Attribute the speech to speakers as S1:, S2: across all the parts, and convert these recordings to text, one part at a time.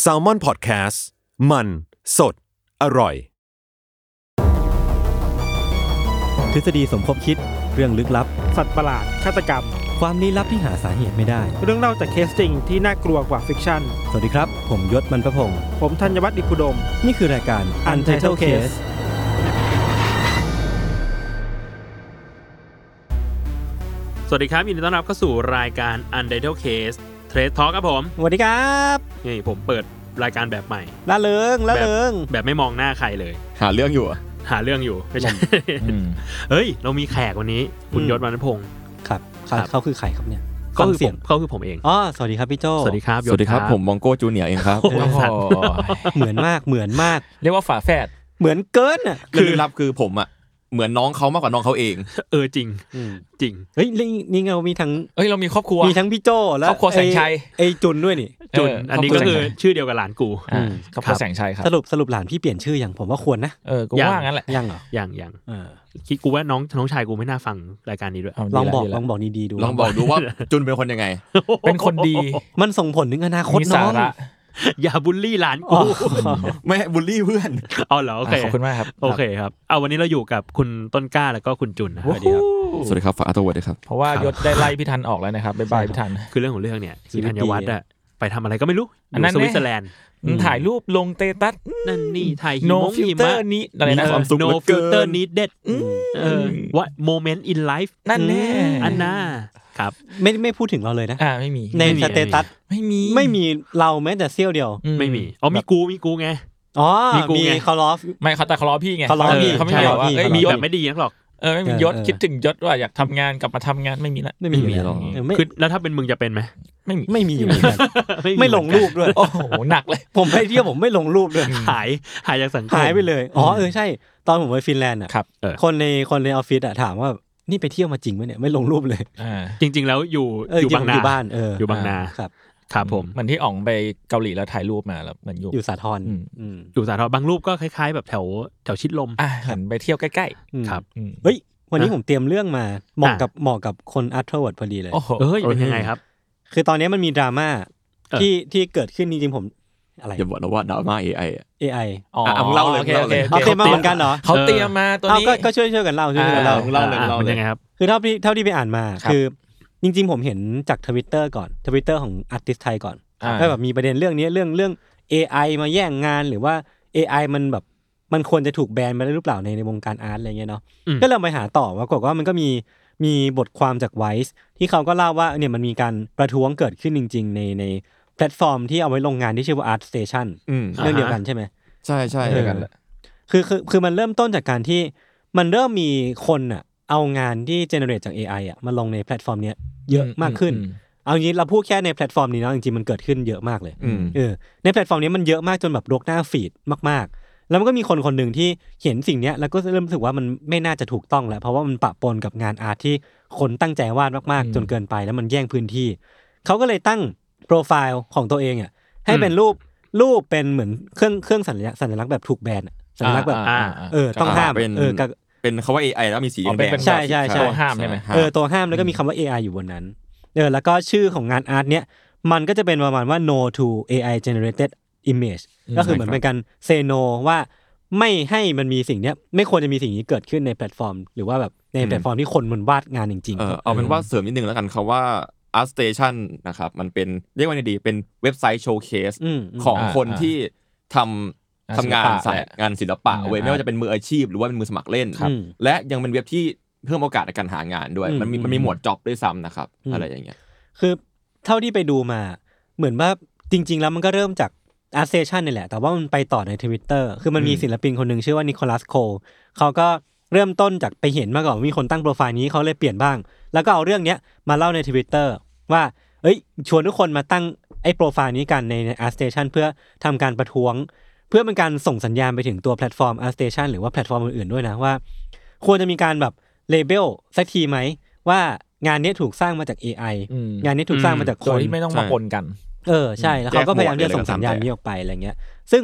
S1: แซลมอนพอดแคสต์มันสดอร่อย
S2: ทฤษฎีสมคบคิดเรื่องลึกลับ
S3: สัตว์ประหลาด ฆาตกรรม
S2: ความลี้ลับที่หาสาเหตุไม่ได้
S3: เรื่องเล่าจากเคสจริงที่น่ากลัวกว่าฟิกชั่น
S2: สวัสดีครับ ผมยศมันประพงศ์
S3: ผมธัญวัฒน์อิพุดม
S2: นี่คือรายการ Untitled Case
S4: สวัสดีครับยินดีต้อนรับเข้าสู่รายการ Untitled Case Trade Talk ครับผม
S2: สวัสดีครับ
S4: นี่ผมเปิดรายการแบบใหม่
S2: ละเลิงละเลิง
S4: แบบไม่มองหน้าใครเลย
S5: หาเรื่องอยู่อะ
S4: หาเรื่องอยู่ไม่ใช่เฮ้ย เรามีแขกวันนี้ คุณ
S2: อืม
S4: ยศวันพงศ์
S2: ครับเขา
S4: ครับ
S2: เขาคือใครครับเนี่ย
S4: ก็
S2: ฟัง
S4: คือ
S2: เสี
S4: ผ
S2: ยง
S4: มก็คือผมเอง
S2: อ๋อสวัสดีครับพี่โจ
S4: สวัสดีครับยศ
S5: สวัสดีครับ ผมมองโก้จูเนียร์เองครับ
S4: โอ้โห
S2: เหมือนมากเหมือนมาก
S6: เรียกว่าฝาแฝด
S2: เหมือนเกินอ่ะ
S5: คือลึกลับคือผมอ่ะ เหมือนน้องเขามากกว่าน้องเขาเอง
S4: เออจริงจริง
S2: เฮ้ยนี่นี่เรามีทั้ง
S6: เอ้ยเรามีครอบครัว
S2: มีทั้งพี่โจและ
S6: ครอบครัวแสงชัย
S2: ไอ้ไอ้จุนด้วยนี่
S6: เ
S4: จุนอันนี้ก็คือชื่อเดียวกับหลานกู
S2: อื
S6: อ่า
S2: ม
S6: ครอบค
S4: ค
S6: รั
S4: รั
S6: ว
S4: บ
S6: แสงชัยครับ
S2: สรุปสรุปหลานพี่เปลี่ยนชื่ออย่างผมว่าควรนะ
S6: เออกู
S4: ยัง
S6: ว่างั้นแหละ
S2: ยังเหรอ
S4: อย่างอย่าง
S2: เออ
S4: คิดกูว่าน้องน้องชายกูไม่น่าฟังรายการนี้ด้วย
S6: เาดี
S2: ลองบอก
S6: ดี
S2: ลองบอกดีๆดู
S5: ลองบอกดูว่า จุนเป็นคนยังไง
S6: เป็นคนดี
S2: มันส่งผลถึงอนาคต
S6: มี
S2: น้
S6: สา
S2: อง
S6: ระ
S4: อย่าบูลลี่หลาน
S2: อ๋
S4: กู
S2: อ
S5: ไม่บูลลี่เพื่อน
S4: เอาเหรอโอเค
S6: อ่ะขอบคุณมากครับ
S4: โอเคครับเอาวันนี้เราอยู่กับคุณต้นกล้าแล้วก็คุณจุนนะ
S6: วู้
S4: ครับ
S6: ฮู้
S5: สวัสดีครับฝาอัตวัตครับ
S6: เพราะว่ายศได้ไล่พี่ทันออกแล้วนะครับบ๊ายบาย
S2: ใช่
S6: พี่ทัน
S4: คือเรื่องของเรื่องเนี่ย
S2: ซื้
S4: คือ
S2: อ
S4: ธัญวัฒน์อะไปทำอะไรก็ไม่รู้อ
S6: อันนั้
S4: ยู่ส
S6: นแน่
S4: วิตเซอร์แลนด์
S6: อืมถ่ายรูปลงเตตัส
S4: นั่นนี่ถ่ายหิ
S6: no
S4: มงหิมะ
S6: filter นี้อะไรนะ
S5: มีความสุข
S4: no
S5: เหลือเกิน
S4: filter needed
S6: อืม
S4: เออ what moment in life
S6: นั่นแน่
S2: อืม
S4: อันน่าครับ
S2: ไม่ไม่พูดถึงเราเลยนะ
S6: อ่าไม่มี
S2: ใน
S4: ไม่มี
S2: สเตตัส
S6: ไม่มี
S2: ไม่มีเราแม้แต่เซี่ยวเดียว
S6: อื
S4: ไม่มีอ๋อมีกูมีกูไง
S2: อ๋อ
S4: มีกู
S2: มี
S4: ไง
S2: คาร์ลอฟ
S6: ไม่เขาแต่เขาล้อพี่ไง
S2: เขาล้อพี่
S6: เขาไม่
S4: ใช่
S6: ได้บอกว่า
S2: พี่
S6: เอ้ย
S2: เขาล้อ
S6: มี
S4: มี
S6: ย
S4: แบ
S6: ศ
S4: บไม่ดีนักหรอก
S6: เออไม่มียศ
S2: เออ
S6: คิดถึงยศว่าอยากทำงานกลับมาทำงานไม่มีละ
S2: ไม่มี
S5: ไม่มี
S2: เลย
S5: หรอก
S2: เออไม่
S4: คือแล้วถ้าเป็นมึงจะเป็นไหม
S6: ไม่มี
S2: ไม่มีอยู่เหมือนกัน ไม่ลงรูปด้วย
S6: โอ้โหหนักเลย
S2: ผมไปเที่ยวผมไม่ลงรูปเลย
S4: หายหายจากสังคม
S2: หายไปเลย อ๋อเออใช่ ตอนผมไปฟินแลนด์อ่ะ
S6: ครับ
S4: เออ
S2: คนในคนในออฟฟิศอ่ะถามว่านี่ไปเที่ยวมาจริงไหมเนี่ยไม่ลงรูปเลย
S6: อ่า
S4: จริง ๆ แล้วอยู่
S2: เออ
S4: อยู่
S2: จริ
S4: บาง
S2: งๆผมอ
S4: นา
S2: ยู่บ้านเออ
S4: อ
S2: อยู่
S4: บางนา
S2: ครับ
S4: ครับผม
S6: เหมือนที่อ๋องไปเกาหลีแล้วถ่ายรูปมาแล้วเหมือนอยู่
S2: อยู่สาทร
S6: อืม
S2: อืม
S4: อยู่สาทรบางรูปก็คล้าย ๆ แบบแถวแถวชิดลม
S6: อ่ะหันไปเที่ยวใกล้
S2: อืม
S4: ครับ
S6: ๆอืม
S2: เฮ้ย วันนี้
S4: อ่ะ
S2: ผมเตรียมเรื่องมาเหมาะ
S4: อ่ะ
S2: กับเหมาะกับคนอัตเทอร์เวิร์ดพอดีเลย
S6: โอ้โห
S4: เอ้ยเป็นยังไงครับ
S2: คือตอนนี้มันมีดราม่า
S4: เออ
S2: ที่ที่เกิดขึ้นจริงๆผมอะไร
S5: อย่าบอกนะว่าดราม่าเอไอะ
S2: AI
S6: อ๋อ
S5: เอาเล่าเลย
S6: โอค
S5: เล่า
S6: โอ
S5: เล
S6: เค
S5: ย
S2: เอา
S6: โอเค
S2: เตรียมมาเหมือนกันเหรอ
S6: เขาเตรียมมาตัวนี้
S2: เอาก็ก็ช่วยช่วยกันเล่าช่วยช่วยกัน
S6: อ่า
S2: เล่า
S5: ของเราเลย
S4: อ่ะ
S5: เราเล
S4: เป็น
S5: ย
S4: ยังไงครับ
S2: คือเท่าที่เท่าที่ไปอ่านมา
S6: ครับ
S2: คือจริงๆผมเห็นจากทวิตเตอร์ก่อนทวิตเตอร์ของอาร์ติสไทยก่อน
S6: อ่า
S2: ก็แบบมีประเด็นเรื่องนี้เรื่องเรื่อง AI มาแย่งงานหรือว่า AI มันแบบมันควรจะถูกแบนไปแล้วหรือเปล่าในในวงการอาร์ตอะไรเงี้ยเนาะ
S4: อืม
S2: ก็เราไปหาต่อว่ากฏว่ามันก็มีมีบทความจากไวซ์ที่เขาก็เล่าว่าเนี่ยมันมีการประท้วงเกิดขึ้นจริง ๆ ในในแพลตฟอร์มที่เอาไว้ลงงานที่ชื่อว่า Art Station
S5: อืม
S2: เรื่องเดียวกันใช่ไหม
S5: ใช่ใช่
S2: เออ คือคือคือมันเริ่มต้นจากการที่มันเริ่มมีคนอ่ะเอางานที่เจเนเรตจาก AI อ่ะมาลงในแพลตฟอร์มเนี้ยเยอะมากขึ้น
S6: อืม
S2: เอางี้เราพูดแค่ในแพลตฟอร์มนี้เนาะจริงๆมันเกิดขึ้นเยอะมากเลย
S5: อืม
S2: เออในแพลตฟอร์มนี้มันเยอะมากจนแบบรกหน้าฟีดมากๆ แล้วมันก็มีคนคนหนึ่งที่เห็นสิ่งเนี้ยแล้วก็เริ่มรู้สึกว่ามันไม่น่าจะถูกต้องแล้ว เพราะว่ามันปะปนกับงานอาร์ตที่คนตั้งใจวาดมาก
S6: อืม
S2: ๆ จนเกินไปแล้วมันแย่งพื้นที่ เขาก็เลยตั้งโปรไฟล์ของตัวเองอ่ะให้เป็นรูปรูปเป็นเหมือนเครื่องเครื่องสัญลักษณ์สัญลักษณ์แบบถูกแบนอะสัญลักษณ์แบบ
S6: อ่า
S2: เออต้องห้าม
S5: เป็น
S2: เออกับ
S5: เป็นคาว่าเอไอแล้วมีสี
S6: อ๋อ
S5: แด
S6: เป็น
S5: ง
S6: เป็น
S2: ใช่ใช่ใช่
S6: ตัวห้ามใช่ไหม
S2: เออตัวห้ามแล้วก็มีคำว่า AI อยู่บนนั้นเออแล้วก็ชื่อของงานอาร์ตเนี้ยมันก็จะเป็นประมาณว่า no to AI generated image
S6: อืม
S2: ก็คือเหมือนเป็นการ say no ว่าไม่ให้มันมีสิ่งเนี้ยไม่ควรจะมีสิ่งนี้เกิดขึ้นในแพลตฟอร์ม หรือว่าแบบในแพลตฟอร์มที่คนมันวาดงานจริง
S5: เออเอาเป็นว่าเสริมนิดนึงแล้วกันคาว่า Art Station นะครับมันเป็นเรียกว่าไงดีเป็นเว็บไซต์โชว์เคส
S2: อืมอืม
S5: ของ
S6: อ่า
S5: คน
S6: อ่า
S5: ที่ทำ
S6: งาน
S5: ทำงาน
S6: ศิลปะ
S5: สาย
S6: แหละ
S5: งานศิลปะ
S6: อ่า
S5: เว้ย
S6: อ่า
S5: ไม่ว่าจะเป็นมืออาชีพ หรือว่าเป็นมือสมัครเล่น
S2: ครับอืม
S5: และยังเป็นเว็บที่เพิ่มโอกาสในการหางานด้วย
S2: อืม
S5: มันมี
S2: อืม
S5: มันมีหมวดจ็อบด้วยซ้ำนะครับ
S2: อืม
S5: อะไรอย่างเงี้ย
S2: คือเท่าที่ไปดูมาเหมือนว่าจริง ๆ แล้วมันก็เริ่มจากอาร์เซชันนี่แหละ แต่ว่ามันไปต่อในทวิตเตอร์คือมันมี
S5: อืม
S2: ศิลปินคนหนึ่งชื่อว่านิโคลัสโคเขาก็เริ่มต้นจากไปเห็นมาก่อนว่ามีคนตั้งโปรไฟล์นี้เขาเลยเปลี่ยนบ้าง แล้วก็เอาเรื่องเนี้ยมาเล่าในทวิตเตอร์ว่า เอ้ย ชวนทุกคนมาตั้งไอ อ้โปรไฟล์นี้กันในใน Art Station เพื่อทำการประท้วง เพื่อเป็นการส่งสัญญาณไปถึงตัวแพลตฟอร์ม Art Station หรือว่าแพลตฟอร์มอื่นๆด้วยนะว่า ควรจะมีการแบบเลเบลสักทีไหม ว่างานเนี้ยถูกสร้างมาจาก AI
S6: อืม
S2: งานเนี้ยถูกสร้างมาจากค
S6: โดย
S2: น
S6: ที่ไม่ต้องมาปนกัน
S2: เออใช่แล้วเขาก็
S5: แยก
S2: พยายาม
S5: หมวด
S2: ที่จะส่ง
S5: เลยก็ตาม
S2: สัญญาณ
S5: แต่
S2: นี้ออกไปอะไรเงี้ย ซึ่ง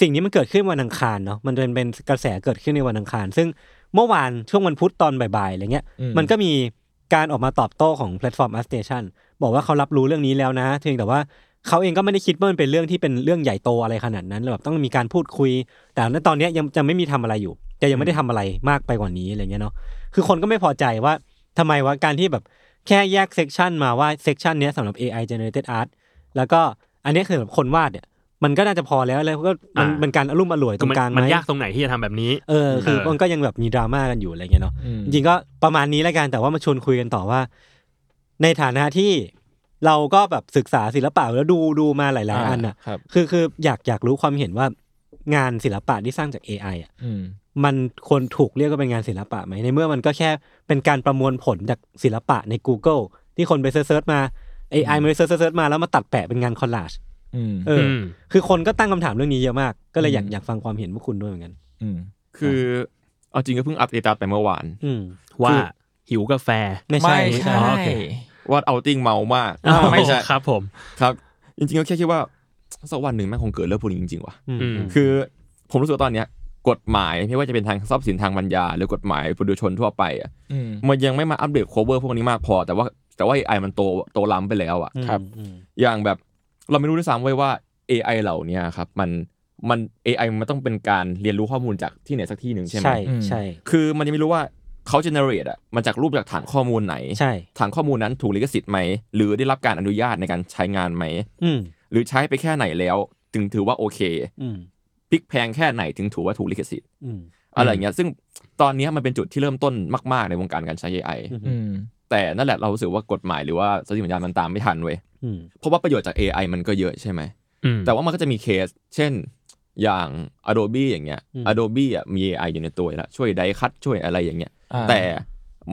S2: สิ่งนี้มันเกิดขึ้นวันอังคารเนาะมันเป็นเป็นกระแสเกิดขึ้นในวันอังคาร ซึ่งเมื่อวานช่วงวันพุธตอนบ่ายๆอะไรเงี้ย
S6: อืม
S2: มันก็มีการออกมาตอบโต้ของแพลตฟอร์ม a r t Station บอกว่าเขารับรู้เรื่องนี้แล้วนะเพียงแต่ว่าเขาเองก็ไม่ได้คิดว่ามันเป็นเรื่องที่เป็นเรื่องใหญ่โตอะไรขนาดนั้นแบบต้องมีการพูดคุย แต่ณตอนเนี้ยยังจะไม่มีทำอะไรอยู่จะยังไม่ได้ทำอะไรมากไปกว่านี้อะไรเงี้ยเนาะคือคนก็ไม่พอใจว่าทำไมว่าการที่แบบแค่แยกเซกชันมาว่าเซกชันเนี้ยสำหรับ AI generated art แล้วก็อันเนี้ยคือสำหรับคนวาดเนี่ยมันก็น่าจะพอแล้วแล้วก็มัน
S4: อ่ามั
S2: มันการอารมณ์อร่วยต
S4: คื
S2: ร
S4: อง มัน
S2: กลางไห
S4: มัน
S2: ม
S4: ยากตรงไหนที่จะทำแบบนี้
S2: เออคือ
S4: เออ
S2: มันก็ยังแบบมีดราม่ากันอยู่อะไรเงี้ยเนาะ
S6: อืม
S2: จริงๆก็ประมาณนี้แล้วกันแต่ว่ามาชวนคุยกันต่อว่า ในฐานะที่เราก็แบบศึกษาศิลปะแล้วดูดูมาหลาย ๆ อันอ่ะ
S6: ครับ
S2: คือคืออยากอยากรู้ความเห็นว่างานศิลปะที่สร้างจาก AI อ่ะ
S6: อืม
S2: มันควรถูกเรียกว่าเป็นงานศิลปะไหมในเมื่อมันก็แค่เป็นการประมวลผลจากศิลปะใน Google ที่คนไปเซิร์ชๆมา AI มันไปเซิร์ชๆมาแล้วมาตัดแปะเป็นงานคอลลาจ
S6: อืม
S2: เอออ
S4: ม
S2: คือคนก็ตั้งคำถามเรื่องนี้เยอะมาก ก็เลยอยาก
S6: อืม
S2: อยากฟังความเห็นพวกคุณด้วยเหมือนกัน
S6: อืม
S5: คือเอาจริงก็เพิ่งอัปเดตไปเมื่อวาน
S2: อืม
S4: ว่าหิวกาแฟ
S2: ไม่ใช่
S6: ไม่ใช่
S2: อ๋อโอเค
S5: ว่าเอาติ้งเมามาก
S6: อ้าวไม่ใช่
S4: ครับผม
S5: ครับ จริงๆก็แค่คิดว่าสักวันหนึ่งแม่งคงเกิดเรื่องพวกนี้จริงๆว่ะ
S2: อืม
S4: อืม
S5: คือผมรู้สึกว่าตอนเนี้ยกฎหมายไม่ว่าจะเป็นทางทรัพย์สินทางปัญญา หรือกฎหมายผู้ดูชนทั่วไปอะ
S6: อืม
S5: มันยังไม่มาอัปเดต cover พวกนี้มากพอ แต่ว่าแต่ว่า AI มันโตโตล้ำไปแล้วอ่ะ
S2: อืม
S6: ครับ
S2: อืม
S5: อย่างแบบเราไม่รู้ด้วยซ้ำเว้ยว่า AI เหล่าเนี้ยครับมันมัน AI มันต้องเป็นการเรียนรู้ข้อมูลจากที่ไหนสักที่หนึ่งใช่ไหม
S2: ใช่
S6: อืม
S2: ใช่
S5: คือมันยังไม่รู้ว่าเขา generate อ่ะมันจากรูปจากฐานข้อมูลไหน
S2: ใช่
S5: ฐานข้อมูลนั้นถูกลิขสิทธิ์ไหม หรือได้รับการอนุญาตในการใช้งานไหม
S2: อืม
S5: หรือใช้ไปแค่ไหนแล้ว ถึงถือว่าโอเค
S2: อืม
S5: พลิกแพลงแค่ไหนถึงถือว่าถูกลิขสิทธิ์
S2: อืม
S5: อะไรอย่างเงี้ยซึ่งตอนเนี้ยมันเป็นจุดที่เริ่มต้นมากๆในวงการการใช้ AI
S6: อืม
S5: แต่นั่นแหละเรารู้สึกว่ากฎหมายหรือว่าสติปัญญามันตามไม่ทันเว้ย
S2: อืม
S5: เพราะว่าประโยชน์จาก AI มันก็เยอะใช่ไหม
S4: อืม
S5: แต่ว่ามันก็จะมีเคส เช่น อย่าง Adobe อย่างเงี้ย Adobe อ่ะมี AI อยู่ในตัวอยู่แล้ว ช่วยไดคัดช่วยอะไรอย่างเงี้ย
S6: อ่า
S5: แต่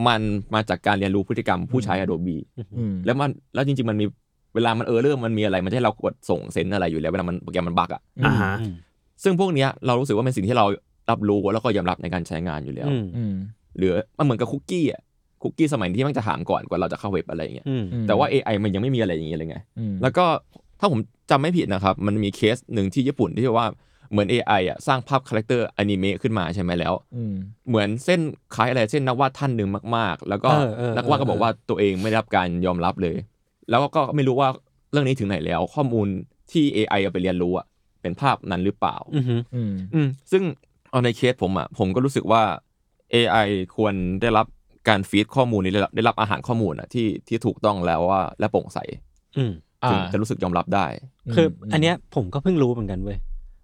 S5: มันมาจากการเรียนรู้พฤติกรรมผู้ใช้ Adobe
S6: อืม
S5: แล้วมัน แล้วจริง ๆ มันมี เวลามันเออเริ่มมันมีอะไร มันจะให้เรากดส่งเซ็นอะไรอยู่แล้ว เวลามันโปรแกรมมันบักอ่ะ
S4: อ่าฮะ
S2: อืม
S5: ซึ่งพวกเนี้ยเรารู้สึกว่าเป็นสิ่งที่เรารับรู้แล้วก็ยอมรับในการใช้งานอยู่แล้ว
S2: อืม
S6: อืม
S5: หรือมันเหมือนกับคุกกี้อ่ะ คุกกี้สมัยที่มันจะถามก่อนกว่าเราจะเข้าเว็บอะไรอย่างเงี้ย
S2: อืม
S6: อืม
S5: แต่ว่า AI มันยังไม่มีอะไรอย่างเงี้ยเลยไง
S6: อืม
S5: แล้วก็ถ้าผมจำไม่ผิดนะครับ มันมีเคสหนึ่งที่ญี่ปุ่นที่ว่าเหมือน AI อ่ะสร้างภาพคาแรคเตอร์อนิเมะขึ้นมาใช่ไหมแล้ว
S6: อืม
S5: เหมือนเส้นคล้ายอะไรเส้นนักวาดท่านหนึ่งมาก ๆ แล้วก็
S2: เออเออ
S5: นักวาดก็บอกว่าตัวเองไม่ได้รับการยอมรับเลย แล้วก็ไม่รู้ว่าเรื่องนี้ถึงไหนแล้ว ข้อมูลที่ AI เอาไปเรียนรู้อ่ะเป็นภาพนั้นหรือเปล่า
S2: อืม
S6: อืม
S5: อืมซึ่งเอาในเคสผมอ่ะผมก็รู้สึกว่า AI ควรได้รับการฟีดข้อมูลนี้ได้รับได้รับอาหารข้อมูลอ่ะที่ที่ถูกต้องแล้วว่าและโปร่งใส
S2: อืม
S5: ถึงจะรู้สึกยอมรับได้
S2: คืออันเนี้ยผมก็เพิ่งรู้เหมือนกันเว้ย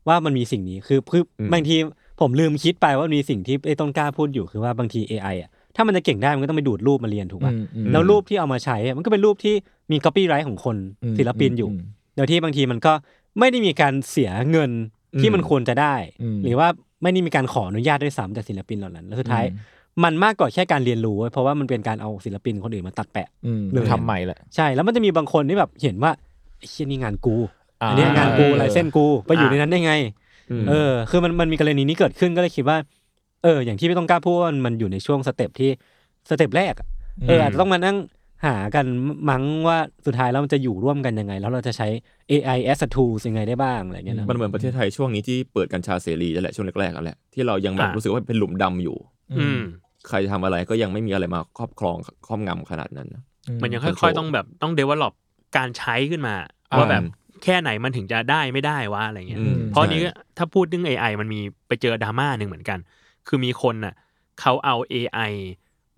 S2: ว่ามันมีสิ่งนี้คือคืออ
S5: ม
S2: บางทีผมลืมคิดไปว่ามีสิ่งที่ไอ้ต้นกล้าพูดอยู่คือว่าบางที AI อ่ะถ้ามันจะเก่งได้มันก็ต้องไปดูดรูปมาเรียนถูกป่ะ
S6: อืมอืม
S2: แล้วรูปที่เอามาใช้อะมันก็เป็นรูปที่มี copyright ของคน
S6: ม
S2: ศิลปินอยู่
S6: ม
S2: โดยที่บางทีมันก็ไม่ได้มีการเสียเงินที่
S5: อืม
S2: มันควรจะได้
S6: อืม
S2: หรือว่าไม่ได้มีการขออนุญาตด้วยซ้ำจากศิลปินเหล่านั้นแล้วสุดท้าย
S6: อืม
S2: มันมากกว่าแค่การเรียนรู้เว้ยเพราะว่ามันเป็นการเอาศิลปินคนอื่นมาตัดแปะ
S6: อืม
S2: เลย
S6: ทำใหม่แหละ
S2: ใช่แล้วมันจะมีบางคนที่แบบเห็นว่าไอ้เชี่ยนี่งานกู
S6: อ่า
S2: อันเนี้ยงานกู
S6: เออ
S2: ลายเส้นกูไปอยู่ในนั้นได้ไง
S5: อืม
S2: เออ คือมันมันมีกรณีนี้เกิดขึ้นก็เลยคิดว่า เออ อย่างที่ไม่ต้องกล้าพูดว่ามันอยู่ในช่วงสเต็ปที่สเต็ปแรกอะเอออาจจะต้องมานั่งหากันมั้งว่าสุดท้ายแล้วมันจะอยู่ร่วมกันยังไง แล้วเราจะใช้ AI as a tool ยังไงได้บ้างอะไรเงี้ยนะ
S5: มันเหมือนประเทศไทยช่วงนี้ที่เปิดกัญชาเสรีนั่นแหละช่วงแรกๆนั่นแหละที่เรายังแบบ
S4: อ่ะ
S5: รู้สึกว่าเป็นหลุมดำอยู่
S4: อืม
S5: ใครจะทำอะไรก็ยังไม่มีอะไรมาครอบครองครอบงำขนาดนั้นนะ
S4: มันยัง
S5: คอนโทรล
S4: ค่อยๆต้องแบบต้องเดเวล็อปการใช้ขึ้นมา
S6: อ่า
S4: ว่าแบบแค่ไหนมันถึงจะได้ไม่ได้วะอะไรเงี้ย
S5: อืม
S4: เพราะ
S5: ใช่
S4: นี้ก็ถ้าพูดเรื่อง AI มันมีไปเจอดราม่าหนึ่งเหมือนกัน คือมีคนน่ะเขาเอา AI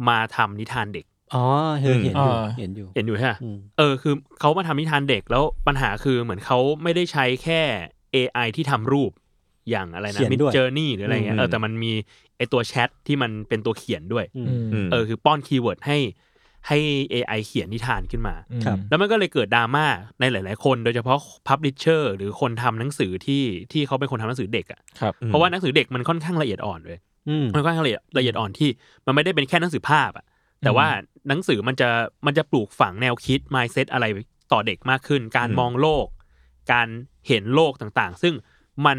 S4: มาทำนิทานเด็ก
S2: อ๋อเออเห็นอยู่
S6: อ่า
S2: เห็นอยู่
S4: เห็นอยู่ใช่ปะ
S2: อืม
S4: เออคือเขามาทำนิทานเด็กแล้วปัญหาคือเหมือนเขาไม่ได้ใช้แค่ AI ที่ทำรูปอย่างอะไรนะมิดเจอร์นี่หรืออะไรเงี้ยเออแต่มันมีไอตัวแชทที่มันเป็นตัวเขียนด้วย
S2: อืม
S5: อืม
S4: เออคือป้อนคีย์เวิร์ดให้ให้ AI เขียนนิทานขึ้นมา
S2: ครับ
S4: แล้วมันก็เลยเกิดดราม่าในหลาย ๆ คนโดยเฉพาะพับลิเชอร์หรือคนทำหนังสือที่ที่เขาเป็นคนทำหนังสือเด็กอ่ะ
S6: ครับ
S4: เพราะว่าหนังสือเด็กมันค่อนข้างละเอียดอ่อนเลย
S2: อืม
S4: มันค่อนข้างละเอียดละเอียดอ่อนที่มันไม่ได้เป็นแค่หนังสือภาพอ่ะแต่ว่าหนังสือมันจะมันจะปลูกฝังแนวคิด mindset อะไร ต่อเด็กมากขึ้น การ
S5: อืม
S4: มองโลก การเห็นโลกต่างๆ ซึ่งมัน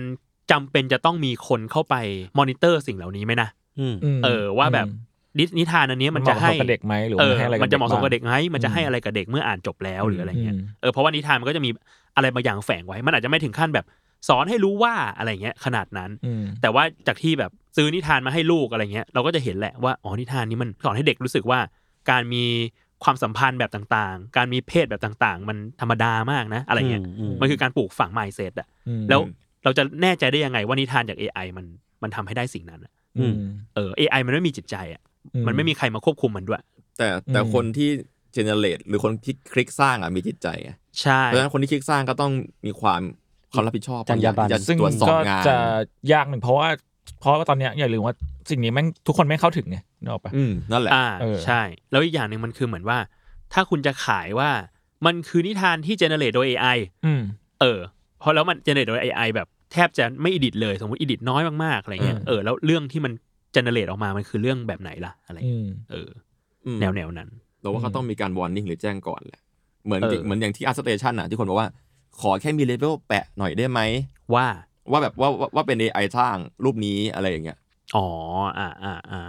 S4: จำเป็นจะต้องมีคนเข้าไปมอนิเตอร์สิ่งเหล่านี้ไหมนะ
S2: อืม
S6: ม
S4: เออว่าแบบ
S6: อืม
S4: นินิทานอันเนี้ยมันจะ
S6: มันเหมาะ
S4: ให้
S6: สมกับเด็กไหมหรือ
S4: เอ
S6: มันให้อะไรกับ
S4: มันจะเหมาะสมกับ
S6: เด็
S4: เด็
S6: ก
S4: ก
S6: บ้าง
S4: ไหมมันจะให้
S6: อืม
S4: อะไรกับเด็กเมื่ออ่านจบแล้วหรืออะไรเงี้ย
S6: อืม
S4: เออเพราะว่านิทานมันก็จะมีอะไรบางอย่างแฝงไว้ มันอาจจะไม่ถึงขั้นแบบสอนให้รู้ว่าอะไรเงี้ยขนาดนั้น
S6: อืม
S4: แต่ว่าจากที่แบบซื้อนิทานมาให้ลูกอะไรเงี้ยเราก็จะเห็นแหละว่าอ๋อนิทานนี้มันสอนให้เด็กรู้สึกว่า การมีความสัมพันธ์แบบต่างๆ การมีเพศแบบต่างๆ มันธรรมดามากนะอะไรเงี้ย
S2: อืมอืม
S4: มันคือการปลูกฝัง mindset อะ
S6: อืม
S4: แล้วเราจะแน่ใจได้ยังไงว่านิทานจาก AI มันมันทำให้ได้สิ่งนั้นอะ
S2: อืม
S4: เออ AI มันไม่มีจิตใจอะ
S6: อืม
S4: มันไม่มีใครมาควบคุมมันด้วย
S5: แต่แต่
S6: อืม
S5: คนที่เจเนเรตหรือคนที่คลิกสร้างอ่ะมีจิตใจไง
S4: ใช่
S5: เพราะฉะนั้นคนที่คลิกสร้างก็ต้องมีความความรับผิดชอบ
S2: จรรยาบรรณ
S5: ที่จะ
S6: ซึ่ง
S5: ตรวจสอบ
S6: ก็
S5: งาน
S6: จะยากหนึ่งเพราะว่า เพราะว่าตอนเนี้ยอย่าลืมว่าสิ่งนี้แม่งทุกคนไม่เข้าถึงไงนึกออกปะ
S5: อืมนั่นแหละ
S4: อ่า
S6: เออ
S4: ใช่ แล้วอีกอย่างหนึ่งมันคือเหมือนว่า ถ้าคุณจะขายว่ามันคือนิทานที่เจเนเรตโดย AI
S6: อืม
S4: เออเพราะแล้วมันเจเนเรตโดย AI แบบแทบจะไม่อิดิทเลย สมมติอิดิทน้อยมากๆอะไรเงี้ย
S6: อืม
S4: เออแล้วเรื่องที่มันเจเนเรตออกมามันคือเรื่องแบบไหนล่ะอะไร
S6: อื
S4: เงี้ย
S6: ม
S4: เออ
S5: อืม
S4: แนวแนวๆนั้น
S5: เราว่าเขาต้องมีการวอร์นิ่งหรือแจ้งก่อนแหละ เหมือน
S4: เออ
S5: เหมือนอย่างที่อาร์สเตชันอ่ะที่คนบอกว่า ขอแค่มีเลเวลแปะหน่อยได้ไหม
S4: ว่า
S5: ว่าแบบว่าว่าว่าเป็น AI สร้างรูปนี้อะไรอย่างเงี้ย
S4: อ๋ออ่าอ่าอ่า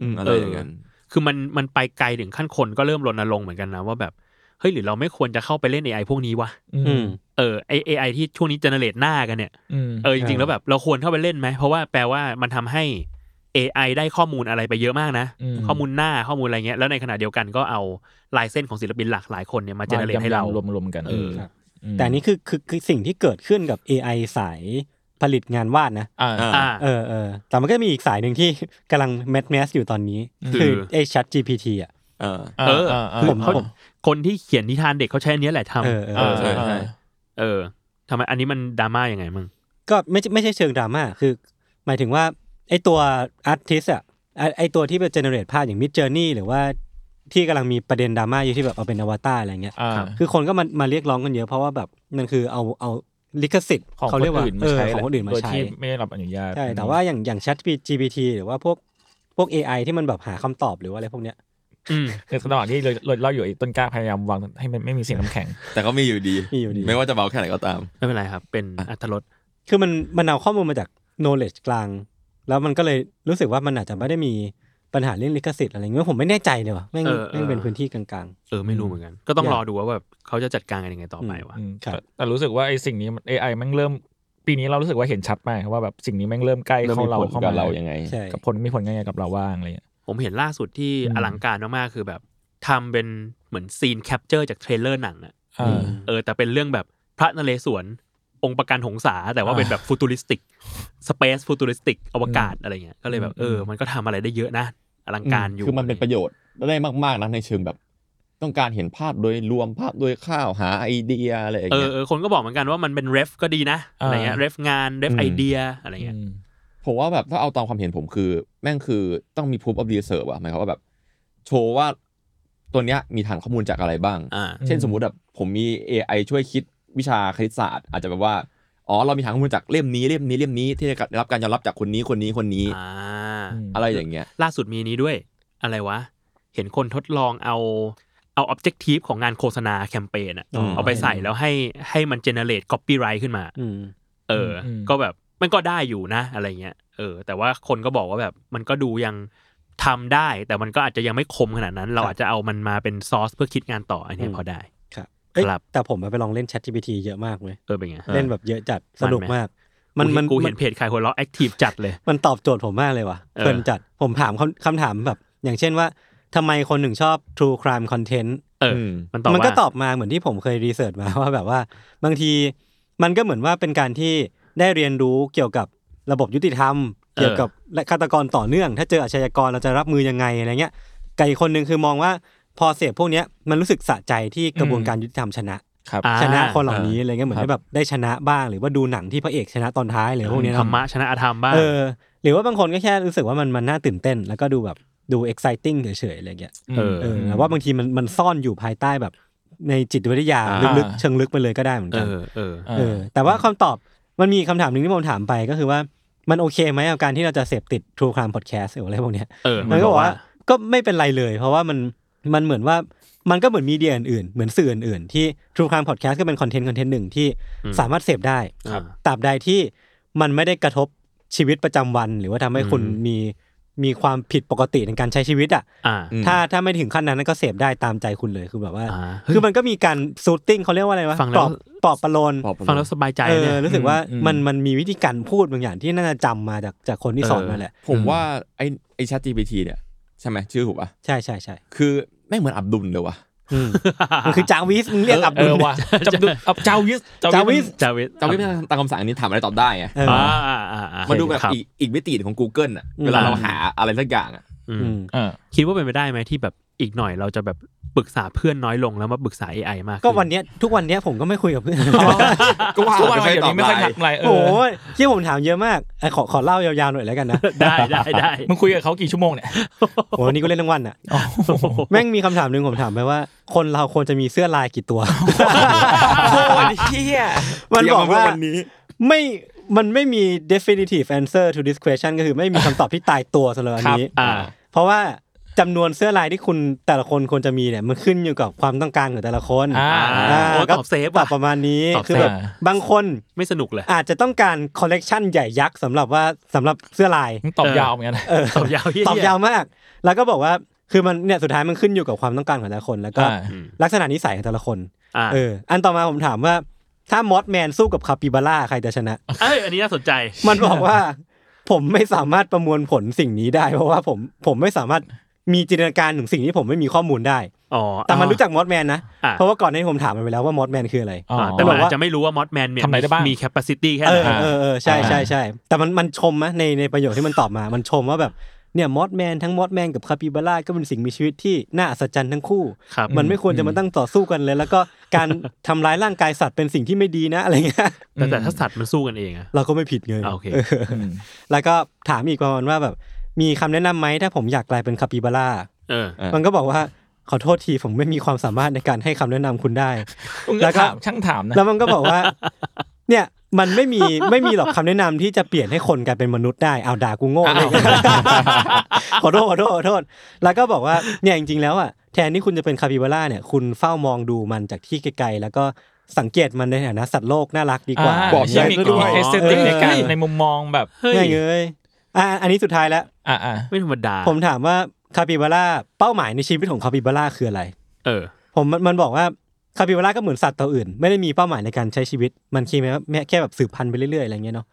S5: อืมอะไร
S4: เอออ
S5: อย่างเงี้ย
S4: คือมันมันไปไกลถึงขั้นคนก็เริ่มรณรงค์เหมือนกันนะว่าแบบเฮ้ยหรือเราไม่ควรจะเข้าไปเล่น AI พวกนี้วะ
S2: อืม
S4: เออไอเอไอที่ช่วงนี้เจเนเรตหน้ากันเนี่ย
S6: ม
S4: เออจริงๆแล้วแบบเราควรเข้าไปเล่นไหมเพราะว่าแปลว่ามันทำให้ AI ได้ข้อมูลอะไรไปเยอะมากนะ
S6: ม
S4: ข้อมูลหน้าข้อมูลอะไรเงี้ยแล้วในขณะเดียวกันก็เอาลายเส้นของศิลปินหลากหลายคนเนี่ยมาเจเนเรตให้เรา
S6: มรวมๆกัน
S4: เออ
S2: ครับ
S6: ม
S2: แต่อันนี้คือคือคือสิ่งที่เกิดขึ้นกับ AI สายผลิตงานวาดนะ
S6: อ่า
S5: อ่า
S4: อ่า
S2: เออเออแต่มันก็มีอีกสายหนึ่ง ที่ กำลังแมสแมสอยู่ตอนนี้
S4: คือ
S2: คือไอ้ Chat GPT อ่ะ
S5: เออ
S4: เออคือ
S2: ผม
S4: เขา
S2: ผม
S4: คนที่เขียนนิทานเด็กเขาใช้อันเนี้ยแหละทำ
S2: เออเอ
S6: เอ
S2: อ
S6: อ
S5: ใช่ใช่
S4: เออทำไมอันนี้มันดราม่ายังไงมึง
S2: ก็ไม่ใช่ไม่ใช่เชิงดราม่าคือ หมายถึงว่าไอ้ตัวอาร์ติสอ่ะไอ้ไอ้ตัวที่เป็นเจเนเรตภาพอย่างมิดเจอร์นี่หรือว่าที่กำลังมีประเด็นดราม่าอยู่ที่แบบเอาเป็นอวตารอะไรเงี้ย
S6: อ่า
S2: คือคนก็มามาเรียกร้องกันเยอะเพราะว่าแบบมันคือเอาเอาลิขสิทธิ์
S6: ของ
S2: เขา
S6: ค
S2: เรีย
S6: น
S2: กว่า
S6: อื่นมา
S2: เออ
S6: ใช้
S2: ของคนอื่นมา
S6: โดย
S2: ใช้
S6: ที่ไม่ได้รับอนุญาต
S2: ใช่ แต่ว่าอย่างอย่าง Chat GPT หรือว่าพวกพวก AI ที่มันแบบหาคำตอบหรือว่าอะไรพวกเนี้ย
S4: อืม
S6: คือตลอดที่เลยเลยเล่าอยู่ไอ้ต้นกล้าพยายามวางให้มันไม่มีเสียงน้ำแข็ง
S5: แต่ก็มีอยู่ดี
S2: มีอยู่ดี
S5: ไม่ว่าจะเบาแค่ไหนก็ตาม
S4: ไม่เป็นไรครับ เป็นอัตรส
S2: คือมันมันเอาข้อมูลมาจาก knowledge กลาง แล้วมันก็เลยรู้สึกว่ามันอาจจะไม่ได้มีปัญหาเรื่องลิขสิทธิ์อะไรเงี้ยผมไม่แน่ใจเลยว่ะแม่งแม่งเป็นพื้นที่กลาง
S4: เออไม่รู้เหมือนกัน ก็ต้องรอดูว่าแบบเขาจะจัดการกันยังไงต่อไปวะ
S6: อืมแต่แต่รู้สึกว่าไอ้สิ่งนี้มัน AI แมันเริ่มปีนี้เรารู้สึกว่าเห็นชัดมากว่าแบบสิ่งนี้แม่งเริ่มใกล้
S5: เริ่ม
S6: เข้า
S5: มี
S6: เรา
S5: ผล
S6: เข้า
S5: กับ
S6: มา
S5: เรายังไง
S2: ๆ ใช่
S6: กับผลมีผลยังไงกับเราบ้างอะไรอย่างเงี้ย
S4: ผมเห็นล่าสุดที่
S6: อืม
S4: อลังการมากๆคือแบบทำเป็นเหมือนซีนแคปเจอร์จากเทรลเลอร์หนังอะ
S6: อ่า
S4: เออแต่เป็นเรื่องแบบพระนเรศวรองค์ประกันหงสาแต่ว่าเป็นแบบฟูตูริสติกสเปซฟูตูริสติกอวกาศอะไรเงี้ยก็เลยแบบเออ มันก็ทำอะไรได้เยอะนะอลังการอยู่
S5: คือมันเป็นประโยชน์ได้มากๆนะในเชิงแบบ ต้องการเห็นภาพโดยรวมภาพโดยข้าวหาไอเดียอะไรอย่าง
S4: เอ
S5: เงี้
S4: อย เออคนก็บอกเหมือนกันว่ามันเป็นเรฟก็ดีนะอะไรเงี้ย
S6: อ่า
S4: เรฟงานเรฟไอเดียอะไรเงี้ย
S6: อืม
S5: ผมว่าแบบถ้าเอาตามความเห็นผมคือ แม่งคือต้องมี proof of reserve อะหมายความว่าแบบ โชว์ว่าตัวเนี้ยมีฐานข้อมูลจากอะไรบ้าง
S4: อ่า
S5: เช่น
S6: อืม
S5: สมมุติแบบผมมี AI ช่วยคิดวิชาคณิตศาสตร์ อาจจะแบบว่า อ๋อ เรามีฐานข้อมูลจากเล่มนี้เล่มนี้เล่มนี้ที่ได้รับการยอมรับจากคนนี้คนนี้คนนี้
S4: อ่า
S5: อะไรอย่างเงี้ย
S4: ล่าสุดมีนี้ด้วย อะไรวะ เห็นคนทดลองเอาเอาออบเจกตีฟของงานโฆษณาแคมเปญอะ
S2: อ๋อ
S4: เอาไปใส่แล้วให้ให้มันเจเนเรตคอปปี้ไรขึ้นมา
S2: อืม
S4: เอออ
S6: ม
S4: ก็แบบมันก็ได้อยู่นะอะไรเงี้ยเออ แต่ว่าคนก็บอกว่าแบบมันก็ดูยังทำได้ แต่มันก็อาจจะยังไม่คมขนาดนั้น เราอาจจะเอามันมาเป็นซอสเพื่อคิดงานต่ออันเนี้ย
S2: อืม
S4: พอได้
S2: ครับเอ้ย
S4: ครับ
S2: แต่ผมไปลองเล่น Chat GPT เยอะมากเว้ย
S4: เออเป็นไง
S2: เล่นแบบเยอะจัดสนุก
S4: มันไหม
S2: มาก มันมัน
S4: กูเห็นเพจใครหัวเราะแอคทีฟจัดเลย
S2: มันตอบโจทย์ผมมากเลยว่ะ
S4: เออ
S2: เพลินจัดผมถามคำคำถามแบบ อย่างเช่นว่าทำไมคนหนึ่งชอบ True Crime Content
S4: เอออ
S5: ม
S4: มันตอบ
S2: มันก็
S4: ว่า
S2: ตอบมาเหมือนที่ผมเคยรีเสิร์ชมา ว่าแบบว่า บางทีมันก็เหมือนว่าเป็นการที่ได้เรียนรู้เกี่ยวกับระบบยุติธรรม
S4: เออ
S2: เกี่ยวกับและฆาตกรต่อเนื่อง ถ้าเจออาชญากรเราจะรับมือยังไงอะไรเงี้ยไก่คนหนึ่งคือมองว่าพอเสพพวกเนี้ยมันรู้สึกสะใจที่กระบวนการยุติธรรมชนะ
S6: ครับ
S4: อ่า
S2: ชนะคนเหล่านี้
S5: อ่า
S2: อะไรเงี้ยเหมือนได้แบบได้ชนะบ้าง หรือว่าดูหนังที่พระเอกชนะตอนท้ายหรือพวกเนี้ย
S4: ธร
S2: เนาะ
S4: รมะชนะอธรรมบ้าง
S2: เออหรือว่าบางคนก็แค่รู้สึกว่ามันมันน่าตื่นเต้น แล้วก็ดูแบบดู exciting เฉยๆอะไรเงี้ย
S4: เออ
S2: เออนะว่าบางทีมันมันซ่อนอยู่ภายใต้แบบในจิตวิทยา
S4: อ่า
S2: ลึกๆเชิงลึกไปเลยก็ได้เหมือน
S4: เอ
S2: กัน
S4: อเออ
S6: อ่า
S2: เออแต่ว่าคำตอบมันมีคำถามหนึ่งที่ผมถามไปก็คือว่ามันโอเคไหมกับการที่เราจะเสพติด True Crime Podcast หรืออะไรพวกเนี้ย
S4: เออ
S2: มันก็บอกว่าก็ไม่เป็นไรเลย เพราะว่ามันมันเหมือนว่า มันก็เหมือนมีเดียอื่นๆ เหมือนสื่ออื่นๆ ที่ True Crime Podcast ก็เป็นคอนเทนต์คอนเทนต์หนึ่งที่
S4: อืม
S2: สามารถเสพได้
S4: ครับ
S2: ตราบใดที่มันไม่ได้กระทบชีวิตประจำวัน หรือว่าทำให้คุณ
S4: อืม
S2: มีมีความผิดปกติในการใช้ชีวิตอ่ะ
S4: อ่า
S5: อืม
S2: ถ้าถ้าไม่ถึงขั้นนั้นก็เสพได้ตามใจคุณเลยคือแบบว่า
S4: อ่า
S2: คือมันก็มีการซูตติ้งเขาเรียกว่าอะไรวะ
S4: ฟัง
S2: ป
S4: แล้
S2: ลอ
S4: ว
S2: บปลอบประโลน
S5: ปอบประโลม
S4: ฟังแล้วสบายใจ
S2: เอ
S4: เนี่ย
S2: อรู้สึกว่า
S5: อืม
S2: มันมันมีวิธีการพูดบางอย่างที่น่าจะจำมาจากจากคนที่สอนมาแหละ
S5: ผม
S4: อืม
S5: ว่าไอ้ไอ้ ChatGPT เนี่ยใช่ไหมชื่อถูกป่ะ
S2: ใช่ใช่ใช่
S5: คือไม่เหมือนอับดุลเลยว่ะ
S2: อืมมันคือ จางวิสมึงเรียกอับ
S6: เอ
S2: ดุล
S6: อว่ะจำดูเอาเจ้าวิส
S2: จางวิส
S4: จาวิส
S5: จำไม่ได้ตามคำสั่งอันนี้ถามอะไรตอบได้ไง
S2: เออ
S4: อ่าอ่าอ่าอ่า
S5: มันดูแบบ
S4: ครับ
S5: อีกอีกมิติของ Google อ่ะ
S2: อืม
S5: เวลาเราหาอะไรสักอย่างอ่ะ
S4: อืม
S2: อืม
S6: เออ
S4: คิดว่าเป็นไปได้ไหมที่แบบอีกหน่อยเราจะแบบปรึกษาเพื่อนน้อยลงแล้วมาปรึกษา AI มากขึ้
S2: ก็วันเนี้ยทุกวันเนี้ยผมก็ไม่คุยกับเพื่อน
S5: ก็ว่า
S6: ทุกวัน
S5: ไม่
S6: เดี๋ยว
S5: ตอบ
S6: นี้ไม่ค่อยทักอะไรเอ
S2: โอ้
S6: อ
S2: โหที่ผมถามเยอะมากเอ้ยขอขอเล่ายาวๆหน่อยแล้วกันนะ
S4: ได้ได้ได้
S6: มึงคุยกับเขากี่ชั่วโมงเนี่ย
S2: โอ้โหวันนี้ก็เล่นทั้งวันอ่ะ
S6: อ๋อ
S2: แม่งมีคำถามหนึ่งผมถามไปว่า คนเราควรจะมีเสื้อลายกี่ตัว
S6: เฮีย
S2: มันบอกว่า
S5: นนี้
S2: ไม่ มันไม่มี definitive answer to this question ก็คือไม่มีคำตอบที่ตายตัวสำหรับอันนี้
S4: อ่า
S2: เพราะว่าจำนวนเสื้อลายที่คุณแต่ละคนควรจะมีเนี่ยมันขึ้นอยู่กับความต้องการของแต่ละคน
S6: อ่า
S2: า
S4: โอ้ตอบเซฟ
S2: ต
S4: ว่ะ
S2: อบประมาณนี้
S4: ตอบเซฟ
S2: คือแบบบางคน
S4: ไม่สนุกเลย
S2: อาจจะต้องการคอลเลกชันใหญ่ยักษ์สำหรับว่าสำหรับเสื้อลาย
S6: มึงตอบยาวเหมือนกันนะ
S2: เออ
S4: ตอบยาวเหี้
S2: ตอบยาวมาก แล้วก็บอกว่าคือมันเนี่ยสุดท้ายมันขึ้นอยู่กับความต้องการของแต่ละคน แล้วก็
S6: อ่า
S4: อืม
S2: ลักษณะนิสัยของแต่ละคน
S4: อ่า
S2: เอออันต่อมาผมถามว่าถ้ามอสแมนสู้กับคาปิบาร่าใครจะชนะ
S4: เอ้ยอันนี้น่าสนใจ
S2: มันบอกว่า ผมไม่สามารถประมวลผลสิ่งนี้ได้ เพราะว่าผมผมไม่สามารถมีจินตนาการถึงสิ่งที่ผมไม่มีข้อมูลได้
S4: อ๋อ
S2: แต่มันรู้จักมอสแมนนะ
S4: อ่ะ
S2: เพราะว่าก่อนหน้านี้ผมถามมันไปแล้วว่ามอสแมนคืออะไร
S6: อ๋อ
S4: อ่าแต่มันอาจจะไม่รู้ว่ามอสแมนเนี่ย
S6: ทำอะไรได้บ้าง
S4: มีแคปซิตี้แค่
S2: เอ
S4: ไหน
S2: อเออเออใช่
S6: อ่า
S2: ใช่ใช่แต่มันมันชมนะในในประโยคที่มันตอบมา มันชมว่าแบบเนี่ยมอสแมนทั้งมอสแมนกับคาปิบาร่าก็เป็นสิ่งมีชีวิตที่น่าอัศจรรย์ทั้งคู่
S4: ครับ
S2: มันไม่ควรจะมาตั้งต่อสู้กันเลย แล้วก็การทำร้ายร่างกายสัตว์เป็นสิ่งที่ไม่ดีนะอะไรเงี้ย
S4: แต่แต่ถ้าสัตว์มันสู้กันเองอะ
S2: เราก็ไม่ผิดเลย
S4: อ่าโอเค
S6: อืม
S2: แล้วก็ถามอีกประมาณว่าแบบ มีคำแนะนำไหมถ้าผมอยากกลายเป็นคาปิบาร่า
S4: เออ
S2: มันก็บอกว่าขอโทษทีผมไม่มีความสามารถในการให้คำแนะนำคุณได้
S6: มึง
S2: แล้
S6: ก็
S2: วก็
S6: ถามช่างถ ามนะ
S2: แล้วมันก็บอกว่า เนี่ยมันไม่มีไม่มีหรอกคำแนะนำที่จะเปลี่ยนให้คนกลายเป็นมนุษย์ได้เอาด่ากูโง่เลย ขอโทษขอโทษขอโทษ แล้วก็บอกว่าเนี่ยจริงๆแล้วอ่ะแทนที่คุณจะเป็นคาปิบาร่าเนี่ยคุณเฝ้ามองดูมันจากที่ไกลๆแล้วก็สังเกตมันในฐานะสัตว์โลกน่ารักดีกว่า
S5: บอก
S6: ยัง
S5: ได้
S6: มี
S5: ด้วย
S6: เอสเตติก
S2: เออ
S6: ในการในมุมมองแบบ
S4: เฮ้ย
S2: ง่ายเลยอ่ะอันนี้สุดท้ายแล้ว
S6: อ่าอ่า
S4: ไม่ธรรมดา
S2: ผมถามว่าคาปิบาร่าเป้าหมายในชีวิตของคาปิบาร่าคืออะไร
S4: เออ
S2: ผมมันมันบอกว่าคาปิบาร่าก็เหมือนสัตว์ตัวอื่น ไม่ได้มีเป้าหมายในการใช้ชีวิต มันคิดไหมว่าแม่แค่แบบสืบพันธุ์ไปเรื่อยๆอะไรเงี้ยเนาะ